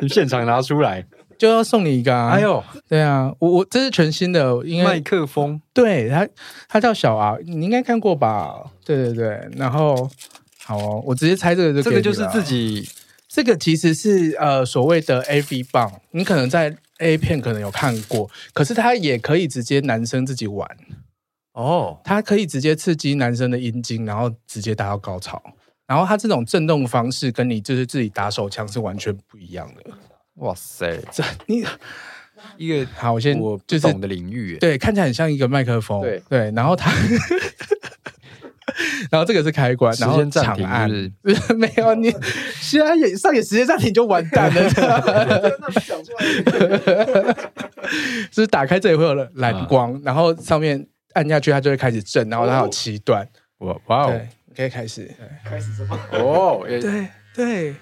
[SPEAKER 5] 你现场拿出来。
[SPEAKER 4] 就要送你一个、啊。
[SPEAKER 5] 哎，呦，
[SPEAKER 4] 对啊，我我这是全新的，因
[SPEAKER 5] 麦
[SPEAKER 4] 为
[SPEAKER 5] 克风，
[SPEAKER 4] 对它它叫小 R，你应该看过吧？对对对，然后好哦，我直接猜这个就给
[SPEAKER 5] 这个
[SPEAKER 4] 你
[SPEAKER 5] 就是
[SPEAKER 4] 了啊
[SPEAKER 5] 自。己
[SPEAKER 4] 这个其实是呃所谓的 A V 棒，你可能在 A 片可能有看过，可是它也可以直接男生自己玩，啊
[SPEAKER 5] 哦，
[SPEAKER 4] 它可以直接刺激男生的阴茎，然后直接达到高潮。然后它这种震动方式跟你就是自己打手枪是完全不一样的。
[SPEAKER 5] 哇塞，
[SPEAKER 4] 这你
[SPEAKER 5] 一个
[SPEAKER 4] 好，我先
[SPEAKER 5] 我不
[SPEAKER 4] 就是
[SPEAKER 5] 懂的领域、欸。
[SPEAKER 4] 对，看起来很像一个麦克风，
[SPEAKER 5] 对
[SPEAKER 4] 然后它 然后这个是开关，
[SPEAKER 5] 时
[SPEAKER 4] 然后
[SPEAKER 5] 间
[SPEAKER 4] 长
[SPEAKER 5] 暂停
[SPEAKER 4] 按
[SPEAKER 5] 是不是
[SPEAKER 4] 没有你，现在也上演时间暂停就完蛋 了，就是打开这里会有
[SPEAKER 5] 嗯
[SPEAKER 4] 蓝光，然后上面按下去它就会开始震，然后
[SPEAKER 5] 哦
[SPEAKER 4] 它有七段，
[SPEAKER 5] 哇哇哦
[SPEAKER 4] 对，可以开始，
[SPEAKER 5] 哦，诶
[SPEAKER 4] 对对，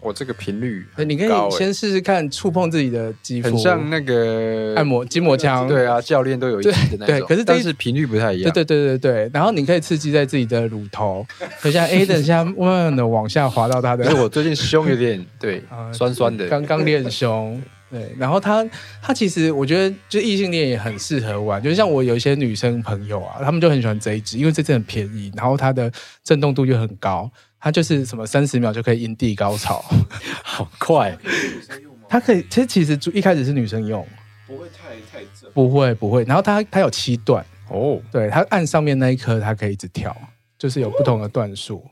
[SPEAKER 5] 我这个频率
[SPEAKER 4] 对
[SPEAKER 5] 很
[SPEAKER 4] 你可以
[SPEAKER 5] 高诶欸
[SPEAKER 4] 先试试看触碰自己的肌肤，
[SPEAKER 5] 很像那个
[SPEAKER 4] 按摩筋膜枪，
[SPEAKER 5] 对啊，教练都有一次的那种，
[SPEAKER 4] 对对可是这一
[SPEAKER 5] 但是频率不太一
[SPEAKER 4] 对
[SPEAKER 5] 样。
[SPEAKER 4] 对对对对，然后你可以刺激在自己的乳头，就像 A 等一下慢慢的往下滑到它 的
[SPEAKER 5] 可是我最近胸有点对
[SPEAKER 4] 啊
[SPEAKER 5] 酸酸的，
[SPEAKER 4] 刚刚 练胸。对，然后它它其实我觉得，就异性恋也很适合玩，就是像我有一些女生朋友啊，她们就很喜欢这一支，因为这支很便宜，然后它的震动度又很高，它就是什么三十秒就可以阴蒂高潮，
[SPEAKER 5] 好快，
[SPEAKER 4] 它可以，其实其实一开始是女生用，不会太太不会不会，然后它它有七段，
[SPEAKER 5] 哦，
[SPEAKER 4] 对，它按上面那一颗它可以一直跳，就是有不同的段数。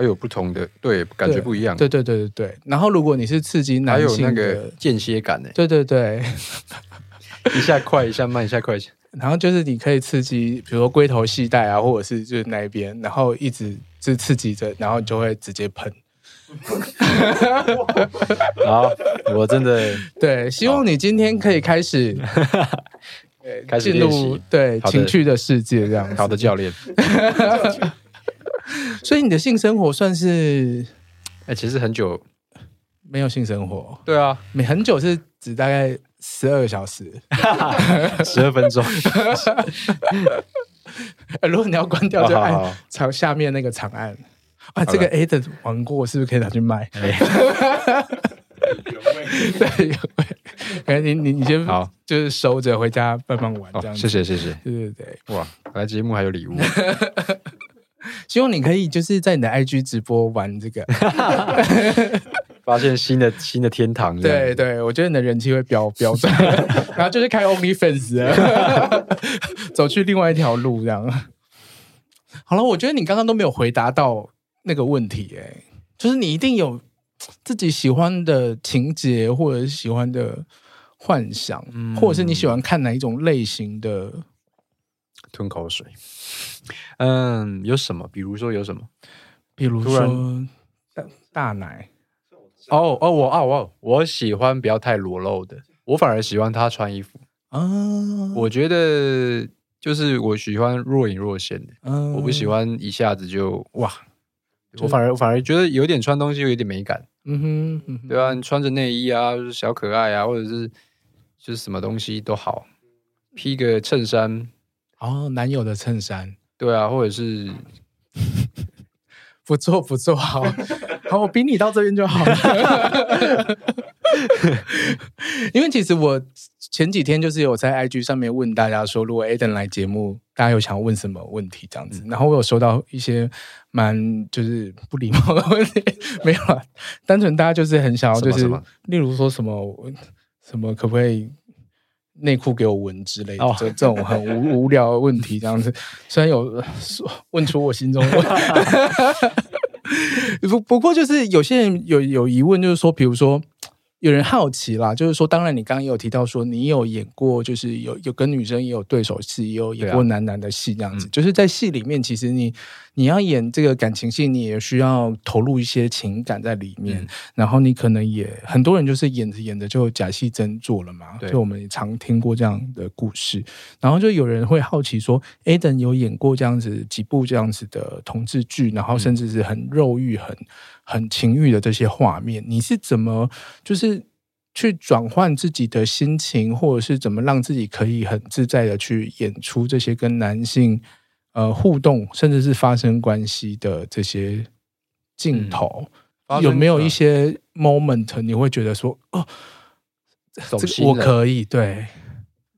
[SPEAKER 5] 还有不同的，对，感觉
[SPEAKER 4] 对
[SPEAKER 5] 不一样。
[SPEAKER 4] 对对对对对。然后如果你是刺激
[SPEAKER 5] 还
[SPEAKER 4] 男
[SPEAKER 5] 有
[SPEAKER 4] 性
[SPEAKER 5] 那
[SPEAKER 4] 的，
[SPEAKER 5] 个间歇感呢，
[SPEAKER 4] 对对对，
[SPEAKER 5] 一下快一下慢，一下快一下。
[SPEAKER 4] 然后就是你可以刺激，比如说龟头系带啊，或者是就是那一边，然后一直就刺激着，然后你就会直接喷。
[SPEAKER 5] 好，我真的
[SPEAKER 4] 对，希望你今天可以开始对
[SPEAKER 5] 开始
[SPEAKER 4] 进
[SPEAKER 5] 练
[SPEAKER 4] 入
[SPEAKER 5] 习
[SPEAKER 4] 对
[SPEAKER 5] 好的
[SPEAKER 4] 情趣的世界这样子。
[SPEAKER 5] 好的教练，
[SPEAKER 4] 所以你的性生活算是
[SPEAKER 5] 哎，其实很久，
[SPEAKER 4] 没有性生活，
[SPEAKER 5] 对啊，
[SPEAKER 4] 没很久是指大概十二个小时。
[SPEAKER 5] 十二 分钟，
[SPEAKER 4] 呃如果你要关掉，就
[SPEAKER 5] 哦好好
[SPEAKER 4] 按
[SPEAKER 5] 好
[SPEAKER 4] 朝下面那个长按。啊，这个 A 的玩过，是不是可以拿去卖？
[SPEAKER 5] 哎
[SPEAKER 4] 对，有味哎，你你你先
[SPEAKER 5] 好
[SPEAKER 4] 就是收着，回家慢慢玩这
[SPEAKER 5] 哦
[SPEAKER 4] 样子。
[SPEAKER 5] 谢谢谢谢，
[SPEAKER 4] 对对对，
[SPEAKER 5] 哇，来节目还有礼物，
[SPEAKER 4] 希望你可以就是在你的 IG 直播玩这个。
[SPEAKER 5] 发现新的新的天堂，
[SPEAKER 4] 对，对，我觉得你的人气会飙飙 涨，然后就是开 OnlyFans，了 走去另外一条路这样。好了，我觉得你刚刚都没有回答到那个问题、欸，哎，就是你一定有自己喜欢的情节，或者是喜欢的幻想，
[SPEAKER 5] 嗯
[SPEAKER 4] 或者是你喜欢看哪一种类型的？
[SPEAKER 5] 吞口水。嗯，有什么？比如说有什么？
[SPEAKER 4] 比如
[SPEAKER 5] 突然
[SPEAKER 4] 说大大奶，
[SPEAKER 5] 哦哦，我啊我我喜欢不要太裸露的，我反而喜欢他穿衣服。
[SPEAKER 4] 啊，
[SPEAKER 5] 我觉得就是我喜欢若隐若现的，
[SPEAKER 4] 嗯
[SPEAKER 5] 我不喜，欢一下子就哇。
[SPEAKER 4] 就
[SPEAKER 5] 我反而我反而觉得有点穿东西有点美感，
[SPEAKER 4] 嗯哼，嗯哼
[SPEAKER 5] 对啊，你穿着内衣啊，就是小可爱啊，或者是就是什么东西都好，披个衬衫，
[SPEAKER 4] 哦，男友的衬衫。
[SPEAKER 5] 对啊，或者是
[SPEAKER 4] 不错不错，好， 好，我比你到这边就好了。 因为其实我前几天就是有在 IG 上面问大家说，如果 Aden 来节目，大家有想问什么问题这样子，
[SPEAKER 5] 嗯
[SPEAKER 4] 然后我有收到一些蛮就是不礼貌的问题，没有啊，单纯大家就是很想要就
[SPEAKER 5] 什
[SPEAKER 4] 是
[SPEAKER 5] 么什么，
[SPEAKER 4] 例如说什么什么可不可以。内裤给我闻之类的，
[SPEAKER 5] 哦
[SPEAKER 4] 这这种很无无聊的问题，这样子，虽然有呃说问出我心中的问 不不过就是有些人有有疑问，就是说，比如说有人好奇啦，就是说，当然你刚刚也有提到说，你有演过，就是有有跟女生也有对手戏，也有演过
[SPEAKER 5] 对啊嗯
[SPEAKER 4] 男男的戏这样子，就是在戏里面，其实你你要演这个感情戏，你也需要投入一些情感在里面，
[SPEAKER 5] 嗯
[SPEAKER 4] 然后你可能也很多人就是演着演着就假戏真做了嘛，
[SPEAKER 5] 对
[SPEAKER 4] 就我们也常听过这样的故事，然后就有人会好奇说，Aden 有演过这样子几部这样子的同志剧，然后甚至是很肉欲、很很情欲的这些画面，你是怎么就是去转换自己的心情，或者是怎么让自己可以很自在的去演出这些跟男性呃互动，甚至是发生关系的这些镜头？
[SPEAKER 5] 发生
[SPEAKER 4] 有没有一
[SPEAKER 5] 嗯
[SPEAKER 4] 些 moment 你会觉得说哦，
[SPEAKER 5] 走
[SPEAKER 4] 这
[SPEAKER 5] 心
[SPEAKER 4] 个我
[SPEAKER 5] 了
[SPEAKER 4] 可以对，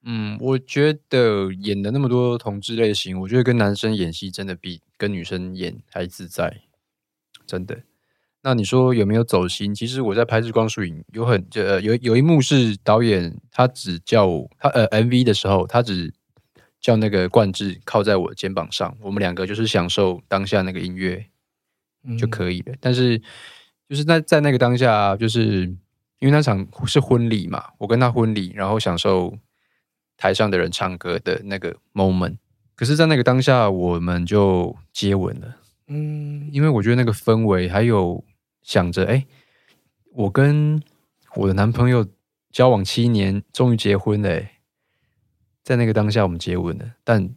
[SPEAKER 5] 嗯，我觉得演的那么多同志类型，我觉得跟男生演戏真的比跟女生演还自在，真的。那你说有没有走心？其实我在拍《日光树影》有很呃有有一幕是导演他只叫我他呃 MV 的时候，他只叫那个冠志靠在我肩膀上，我们两个就是享受当下那个音乐就
[SPEAKER 4] 嗯
[SPEAKER 5] 可以了。但是就是在在那个当下，啊就是因为那场是婚礼嘛，我跟他婚礼，然后享受台上的人唱歌的那个 moment，可是，在那个当下，我们就接吻了，
[SPEAKER 4] 嗯，
[SPEAKER 5] 因为我觉得那个氛围，还有想着，哎、我跟我的男朋友交往七年，终于结婚了、诶在那个当下，我们接吻了，但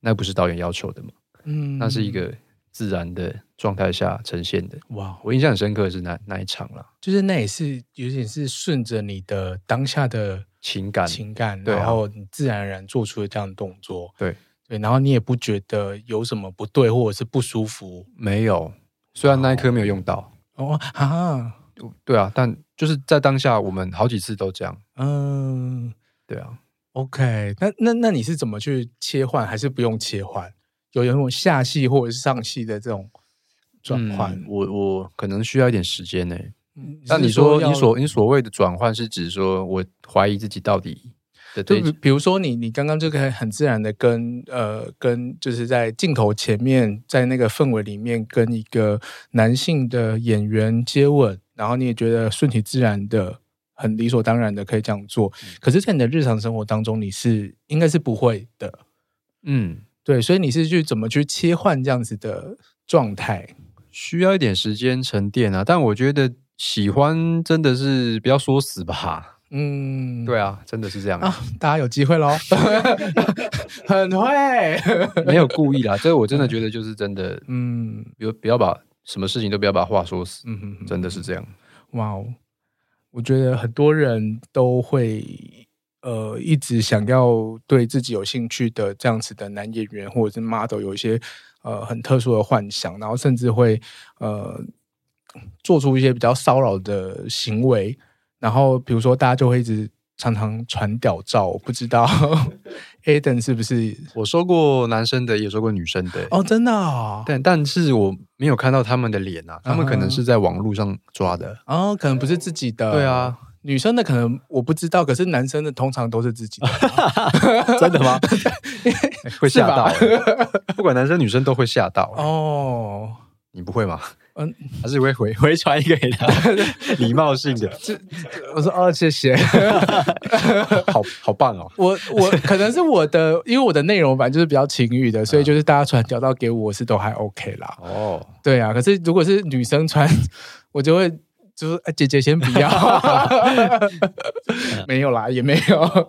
[SPEAKER 5] 那不是导演要求的嘛，
[SPEAKER 4] 嗯
[SPEAKER 5] 那是一个自然的状态下呈现的。
[SPEAKER 4] 哇，
[SPEAKER 5] 我印象很深刻的是那那一场啦，
[SPEAKER 4] 就是那也是有点是顺着你的当下的
[SPEAKER 5] 情感
[SPEAKER 4] 情感，
[SPEAKER 5] 对啊
[SPEAKER 4] 然后你自然而然做出了这样的动作，
[SPEAKER 5] 对
[SPEAKER 4] 对，然后你也不觉得有什么不对或者是不舒服
[SPEAKER 5] 没有，虽然那一刻没有用到，
[SPEAKER 4] 哦啊，
[SPEAKER 5] 对啊，但就是在当下，我们好几次都这样，
[SPEAKER 4] 嗯
[SPEAKER 5] 对啊，
[SPEAKER 4] ，OK，那那那你是怎么去切换，还是不用切换？有有那种下戏或者是上戏的这种转换？
[SPEAKER 5] 嗯我我可能需要一点时间呢、
[SPEAKER 4] 嗯
[SPEAKER 5] 那
[SPEAKER 4] 是
[SPEAKER 5] 你说
[SPEAKER 4] 要
[SPEAKER 5] 你所你所谓的转换，是指说我怀疑自己到底的
[SPEAKER 4] 就
[SPEAKER 5] 这一
[SPEAKER 4] 比比如说你，你刚刚就可以很自然的跟呃跟就是在镜头前面，在那个氛围里面跟一个男性的演员接吻，然后你也觉得顺其自然的，很理所当然的可以这样做。可是，在你的日常生活当中，你是应该是不会的，
[SPEAKER 5] 嗯，
[SPEAKER 4] 对，所以你是去怎么去切换这样子的状态？
[SPEAKER 5] 需要一点时间沉淀啊。但我觉得喜欢真的是不要说死吧，
[SPEAKER 4] 嗯，
[SPEAKER 5] 对啊，真的是这样，
[SPEAKER 4] 啊，大家有机会喽， 很会，
[SPEAKER 5] 没有故意啦。这我真的觉得就是真的，
[SPEAKER 4] 嗯
[SPEAKER 5] 不要不要把什么事情都不要把话说死，
[SPEAKER 4] 嗯哼哼
[SPEAKER 5] 真的是这样。
[SPEAKER 4] 哇哦，我觉得很多人都会呃一直想要对自己有兴趣的这样子的男演员或者是 model 有一些呃很特殊的幻想，然后甚至会呃做出一些比较骚扰的行为，然后比如说大家就会一直常常传屌照，我不知道哎 Aden 是不是？
[SPEAKER 5] 我说过男生的，也说过女生的、
[SPEAKER 4] 哦，真的哦，
[SPEAKER 5] 但但是我没有看到他们的脸啊，他们可能是在网络上抓的。
[SPEAKER 4] 哦，可能不是自己的，
[SPEAKER 5] 对啊，
[SPEAKER 4] 女生的可能我不知道，可是男生的通常都是自己的。
[SPEAKER 5] 真的吗？ 会吓到
[SPEAKER 4] 是
[SPEAKER 5] 欸， 不管男生女生都会吓到欸。
[SPEAKER 4] 哦，
[SPEAKER 5] 你不会吗？
[SPEAKER 4] 嗯
[SPEAKER 5] 嗯，还是会回回传一个 给他，礼貌性的，
[SPEAKER 4] 我说哦，谢谢。
[SPEAKER 5] 好好棒哦。
[SPEAKER 4] 我我可能是我的，因为我的内容本来就是比较情欲
[SPEAKER 5] 嗯
[SPEAKER 4] 的，所以就是大家传屌到给我是都还 OK 啦。
[SPEAKER 5] 哦，
[SPEAKER 4] 对啊，可是如果是女生传， 我就会就是、哎姐姐先不 要，没有啦，也没有。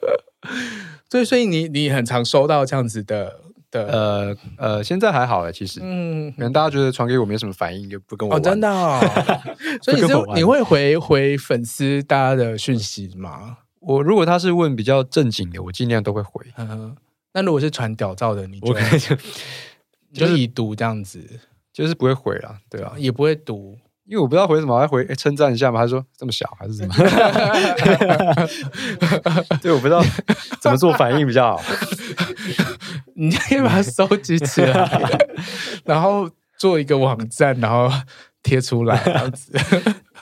[SPEAKER 4] 对，所以你你很常收到这样子的的，
[SPEAKER 5] 呃呃，现在还好了，其实可
[SPEAKER 4] 嗯，
[SPEAKER 5] 能大家觉得传给我没什么反应，就不跟我
[SPEAKER 4] 哦，
[SPEAKER 5] 玩
[SPEAKER 4] 真的、哦， 所以你
[SPEAKER 5] 不
[SPEAKER 4] 是
[SPEAKER 5] 跟我玩
[SPEAKER 4] 你会回回粉丝大家的讯息吗？
[SPEAKER 5] 我如果他是问比较正经的，我尽量都会回。
[SPEAKER 4] 嗯，那如果是传屌照的，你
[SPEAKER 5] 我
[SPEAKER 4] 就
[SPEAKER 5] 可能就
[SPEAKER 4] 你就已读这样子，
[SPEAKER 5] 就是不会回了，对啊，
[SPEAKER 4] 也不会读。
[SPEAKER 5] 因为我不知道回什么，还回诶哎称赞一下嘛？他说这么小还是怎么？ 对，我不知道怎么做反应比较 好。
[SPEAKER 4] 你可以把它收集起来， 然后做一个网站，然后贴出来这样子。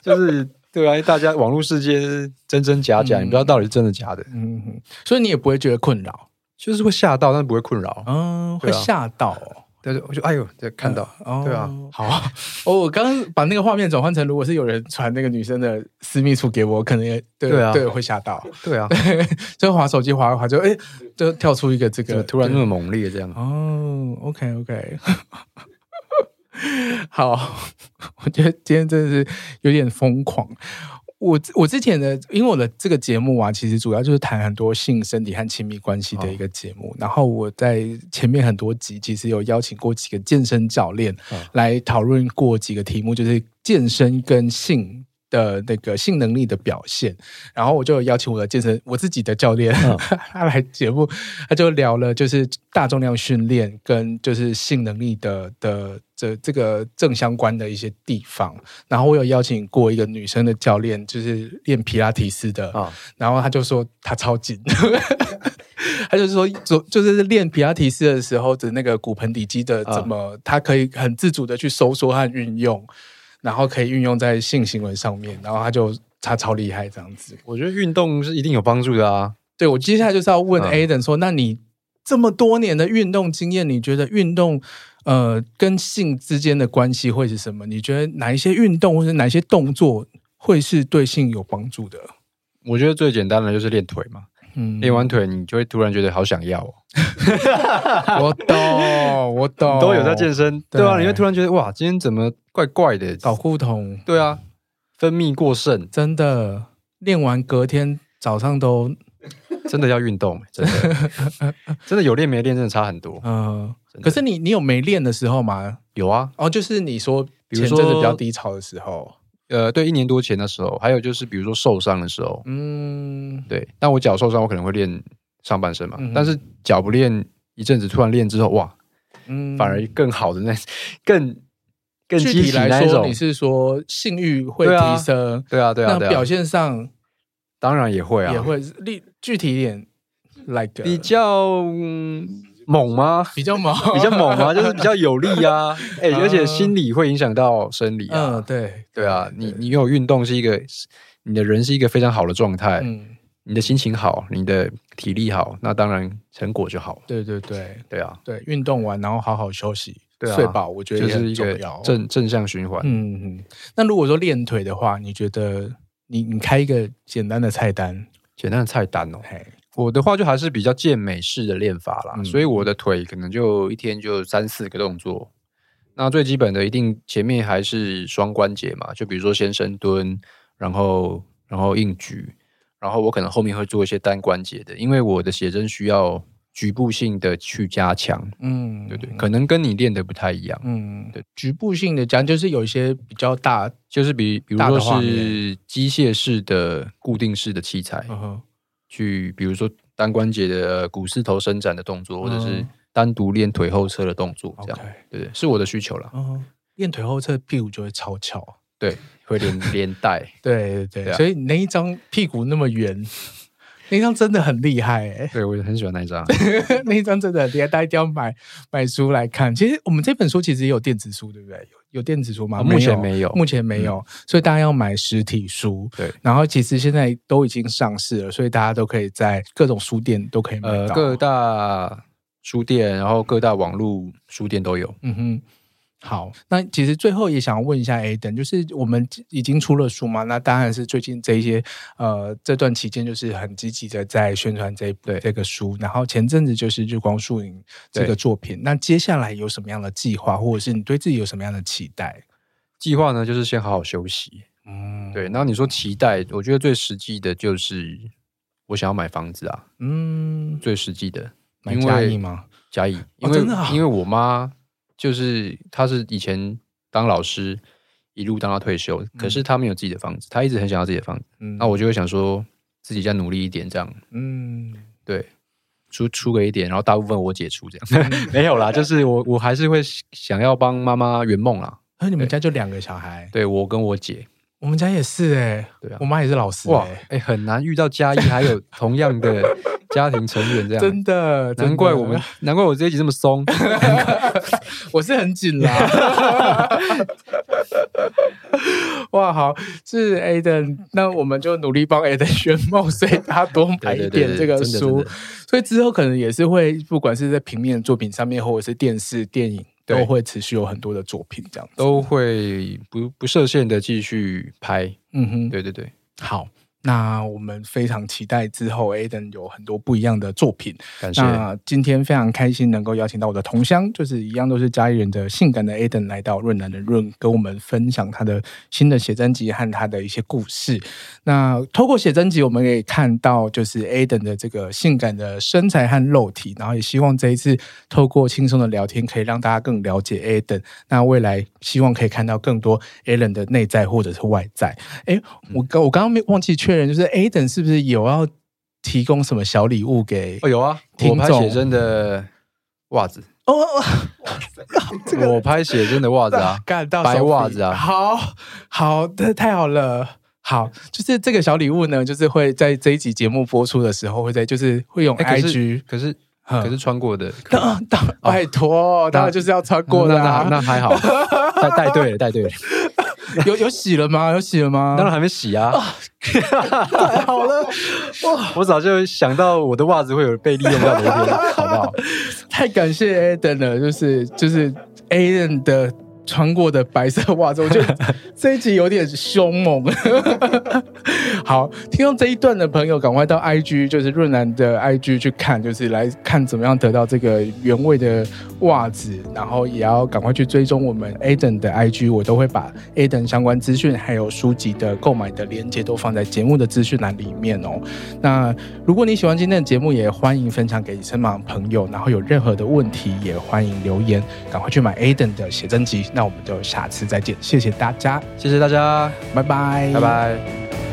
[SPEAKER 5] 就是对啊，大家网络世界是真真假假，
[SPEAKER 4] 嗯
[SPEAKER 5] 你不知道到底是真的假的，
[SPEAKER 4] 嗯，所以你也不会觉得困扰，
[SPEAKER 5] 就是会吓到，但不会困扰。
[SPEAKER 4] 嗯，会
[SPEAKER 5] 对啊
[SPEAKER 4] 吓到哦。
[SPEAKER 5] 但是我就哎呦，这看到
[SPEAKER 4] 哦
[SPEAKER 5] 对啊，
[SPEAKER 4] 好啊，哦，我刚刚把那个画面转换成，如果是有人传那个女生的私密处给我，可能也对
[SPEAKER 5] 对啊
[SPEAKER 4] 对，会吓到。
[SPEAKER 5] 对啊，
[SPEAKER 4] 就滑手机滑一滑就，哎，就跳出一个这
[SPEAKER 5] 怎
[SPEAKER 4] 个
[SPEAKER 5] 么，突然
[SPEAKER 4] 对
[SPEAKER 5] 那么猛烈这样？
[SPEAKER 4] 哦，OK OK，好， 我觉得今天真的是有点疯狂。我我之前的，因为我的这个节目啊，其实主要就是谈很多性、身体和亲密关系的一个节目。然后我在前面很多集，其实有邀请过几个健身教练来讨论过几个题目，就是健身跟性的那个性能力的表现。然后我就有邀请我的健身我自己的教练， 他来节目，他就聊了就是大重量训练跟就是性能力的的这这个正相关的一些地方。然后我有邀请过一个女生的教练，就是练皮拉提斯的，
[SPEAKER 5] 啊
[SPEAKER 4] 然后他就说他超紧。 他就是说，就就是练皮拉提斯的时候的那个骨盆底肌的怎么，他可以很自主的去收缩和运用，然后可以运用在性行为上面，然后他就他超厉害这样子。
[SPEAKER 5] 我觉得运动是一定有帮助的啊。
[SPEAKER 4] 对我接下来就是要问
[SPEAKER 5] 嗯
[SPEAKER 4] Aden 说，那你这么多年的运动经验，你觉得运动呃跟性之间的关系会是什么？你觉得哪一些运动或者哪一些动作会是对性有帮助的？
[SPEAKER 5] 我觉得最简单的就是练腿嘛，
[SPEAKER 4] 嗯
[SPEAKER 5] 练完腿你就会突然觉得好想要哦，
[SPEAKER 4] 我懂，我懂，
[SPEAKER 5] 都有在健身，对啊，
[SPEAKER 4] 对
[SPEAKER 5] 你会突然觉得哇，今天怎么怪怪的？
[SPEAKER 4] 搞裤筒，
[SPEAKER 5] 对啊，分泌过剩，
[SPEAKER 4] 真的练完隔天早上都，
[SPEAKER 5] 真的要 运动，真的， 真的有练没练真的差很多。
[SPEAKER 4] 嗯、
[SPEAKER 5] 真的
[SPEAKER 4] 可是你你有没练的时候吗？
[SPEAKER 5] 有啊，
[SPEAKER 4] 哦，就是你说，
[SPEAKER 5] 比如说
[SPEAKER 4] 前阵子比较低潮的时候，
[SPEAKER 5] 呃，对，一年多前的时候，还有就是比如说受伤的时候，
[SPEAKER 4] 嗯，
[SPEAKER 5] 对，但我脚受伤，我可能会练上半身嘛，
[SPEAKER 4] 嗯
[SPEAKER 5] 但是脚不练一阵子，突然练之后，哇，
[SPEAKER 4] 嗯
[SPEAKER 5] 反而更好的那 更更
[SPEAKER 4] 具
[SPEAKER 5] 积
[SPEAKER 4] 体
[SPEAKER 5] 极那
[SPEAKER 4] 来
[SPEAKER 5] 一
[SPEAKER 4] 说，
[SPEAKER 5] 种
[SPEAKER 4] 你。是说性欲会
[SPEAKER 5] 对啊
[SPEAKER 4] 提升？
[SPEAKER 5] 对啊，对啊，
[SPEAKER 4] 那
[SPEAKER 5] 对
[SPEAKER 4] 表
[SPEAKER 5] 啊，
[SPEAKER 4] 现上
[SPEAKER 5] 当然也会啊，
[SPEAKER 4] 也会例具体一点，like
[SPEAKER 5] 比较、嗯猛 吗？
[SPEAKER 4] 比较嗯猛，
[SPEAKER 5] 比较猛啊，就是比较有力 啊，哎、而且心理会影响到生理啊，
[SPEAKER 4] 嗯，对
[SPEAKER 5] 对啊，你你有运动是一个，你的人是一个非常好的状态，
[SPEAKER 4] 嗯，
[SPEAKER 5] 你的心情好，你的体力好，那当然成果就好了，
[SPEAKER 4] 对对对
[SPEAKER 5] 对啊，
[SPEAKER 4] 对，运动完然后好好休息，
[SPEAKER 5] 对啊
[SPEAKER 4] 睡饱，我觉得
[SPEAKER 5] 就
[SPEAKER 4] 也
[SPEAKER 5] 是
[SPEAKER 4] 很
[SPEAKER 5] 一
[SPEAKER 4] 重
[SPEAKER 5] 个
[SPEAKER 4] 要。
[SPEAKER 5] 正正向循环。
[SPEAKER 4] 嗯，嗯那如果说练腿的话，你觉得你你开一个简单的菜单，
[SPEAKER 5] 简单的菜单哦，
[SPEAKER 4] 嘿，
[SPEAKER 5] 我的话就还是比较健美式的练法啦，
[SPEAKER 4] 嗯
[SPEAKER 5] 所以我的腿可能就一天就三四个动作。那最基本的一定前面还是双关节嘛，就比如说先深蹲，然后然后硬举，然后我可能后面会做一些单关节的，因为我的写真需要局部性的去加强，
[SPEAKER 4] 嗯，
[SPEAKER 5] 对对，可能跟你练的不太一样，
[SPEAKER 4] 嗯，
[SPEAKER 5] 对，
[SPEAKER 4] 局部性的讲就是有一些比较大，
[SPEAKER 5] 就是比比如
[SPEAKER 4] 大的
[SPEAKER 5] 说
[SPEAKER 4] 画面
[SPEAKER 5] 是机械式的固定式的器材，
[SPEAKER 4] 嗯哼
[SPEAKER 5] 去，比如说单关节的呃股四头伸展的动作，或者是
[SPEAKER 4] 嗯
[SPEAKER 5] 单独练腿后侧的动作，这样
[SPEAKER 4] ，OK，
[SPEAKER 5] 对对，是我的需求啦。
[SPEAKER 4] 嗯哼，练腿后侧屁股就会超翘，
[SPEAKER 5] 对，会 连连带，
[SPEAKER 4] 对对对，
[SPEAKER 5] 对啊
[SPEAKER 4] 所以你那一张屁股那么 圆，那一张真的很厉害哎、
[SPEAKER 5] 对我很喜欢那一张。
[SPEAKER 4] 那一张真的很厉害，大家一定要买买书来看。其实我们这本书其实也有电子书，对不对？有有电子书吗？
[SPEAKER 5] 啊目前
[SPEAKER 4] 没
[SPEAKER 5] 没有嗯
[SPEAKER 4] 目前没有，所以大家要买实体书。
[SPEAKER 5] 对，
[SPEAKER 4] 然后其实现在都已经上市了，所以大家都可以在各种书店都可以 买
[SPEAKER 5] 呃，
[SPEAKER 4] 到。
[SPEAKER 5] 各大书店，然后各大网络书店都有。
[SPEAKER 4] 嗯哼。好，那其实最后也想问一下 A 等，就是我们已经出了书嘛，那当然是最近这一些呃这段期间就是很积极的在宣传这一部
[SPEAKER 5] 对
[SPEAKER 4] 这个书，然后前阵子就是日光树影这个
[SPEAKER 5] 对
[SPEAKER 4] 作品，那接下来有什么样的计划，或者是你对自己有什么样的期待？
[SPEAKER 5] 计划呢，就是先好好休息。
[SPEAKER 4] 嗯，
[SPEAKER 5] 对，然后你说期待，我觉得最实际的就是我想要买房子啊，
[SPEAKER 4] 嗯，
[SPEAKER 5] 最实际的
[SPEAKER 4] 买
[SPEAKER 5] 因
[SPEAKER 4] 家
[SPEAKER 5] 为
[SPEAKER 4] 意吗？
[SPEAKER 5] 嘉义，因
[SPEAKER 4] 哦
[SPEAKER 5] 为、
[SPEAKER 4] 真的啊
[SPEAKER 5] 因为我妈就是她是以前当老师，一路当到退休，可是她没有自己的房子，她一直很想要自己的房子。
[SPEAKER 4] 嗯，
[SPEAKER 5] 啊那我就会想说，自己再努力一点，这样
[SPEAKER 4] 嗯
[SPEAKER 5] 对，出出个一点，然后大部分我姐出这 样，没有啦，就是我我还是会想要帮妈妈圆梦啦。
[SPEAKER 4] 哎，你们家就两个小孩，
[SPEAKER 5] 对我跟我姐，
[SPEAKER 4] 我们家也是哎、
[SPEAKER 5] 对啊
[SPEAKER 4] 我妈也是老师、
[SPEAKER 5] 哇，
[SPEAKER 4] 哎
[SPEAKER 5] 哎、很难遇到嘉义还有同样的 家庭成员这样，
[SPEAKER 4] 真的，啊真的
[SPEAKER 5] 难怪我们难怪我这一集这 么松，
[SPEAKER 4] 我是很紧啦。哇，好，是 A 的，那我们就努力帮 A 的圆梦，所以大家多买
[SPEAKER 5] 对
[SPEAKER 4] 一
[SPEAKER 5] 对对
[SPEAKER 4] 点
[SPEAKER 5] 对，
[SPEAKER 4] 这个
[SPEAKER 5] 真的真
[SPEAKER 4] 书
[SPEAKER 5] 的。
[SPEAKER 4] 所以之后可能也是会，不管是在平面作品上面，或者是电视、电影，
[SPEAKER 5] 对
[SPEAKER 4] 都会持续有很多的作品这样子。
[SPEAKER 5] 都会不不设限的继续拍。
[SPEAKER 4] 嗯哼，
[SPEAKER 5] 对对对，
[SPEAKER 4] 好。那我们非常期待之后 Aden 有很多不一样的作品。
[SPEAKER 5] 感谢。
[SPEAKER 4] 那今天非常开心能够邀请到我的同乡，就是一样都是嘉义人的性感的 Aden 来到润南的润，跟我们分享他的新的写真集和他的一些故事。那透过写真集，我们可以看到就是 Aden 的这个性感的身材和肉体，然后也希望这一次透过轻松的聊天，可以让大家更了解 Aden。那未来希望可以看到更多 Aden 的内在或者是外在。
[SPEAKER 5] 嗯
[SPEAKER 4] 哎，我刚我刚刚没忘记确认，就是 Aden 是不是有要提供什么小礼物给？
[SPEAKER 5] 哦，有啊，
[SPEAKER 4] 听
[SPEAKER 5] 我拍
[SPEAKER 4] 众
[SPEAKER 5] 写真的袜子，
[SPEAKER 4] 哦哦，，
[SPEAKER 5] 我拍写真的袜子啊
[SPEAKER 4] 干到
[SPEAKER 5] 白
[SPEAKER 4] 手
[SPEAKER 5] 袜
[SPEAKER 4] 臂
[SPEAKER 5] 子啊
[SPEAKER 4] 好好，这太好了。好，就是这个小礼物呢，就是会在这一集节目播出的时候，会在就是会用
[SPEAKER 5] 哎可
[SPEAKER 4] IG，
[SPEAKER 5] 是可是
[SPEAKER 4] 嗯
[SPEAKER 5] 可是穿过的，
[SPEAKER 4] 当当拜托，当然就是要穿过的
[SPEAKER 5] 那那
[SPEAKER 4] 啊。
[SPEAKER 5] 那还好，带带对了，带对了，
[SPEAKER 4] 有有洗了吗？有洗了吗？
[SPEAKER 5] 当然还没洗啊，
[SPEAKER 4] 然好了，
[SPEAKER 5] 我早就想到我的袜子会有被利用到的一天，好不好？
[SPEAKER 4] 太感谢 Aden 了，就是就是 Aden 的穿过的白色袜子，我觉得这一集有点凶猛。 好，听到这一段的朋友，赶快到 IG，就是润南的 IG 去看，就是来看怎么样得到这个原味的袜子，然后也要赶快去追踪我们 Aden 的 IG，我都会把 Aden 相关资讯还有书籍的购买的链接都放在节目的资讯栏里面哦。那如果你喜欢今天的节目，也欢迎分享给你身旁的朋友，然后有任何的问题也欢迎留言，赶快去买 Aden 的写真集。那我们就下次再见，谢谢大家，
[SPEAKER 5] 谢谢大家，
[SPEAKER 4] 拜拜，
[SPEAKER 5] 拜拜。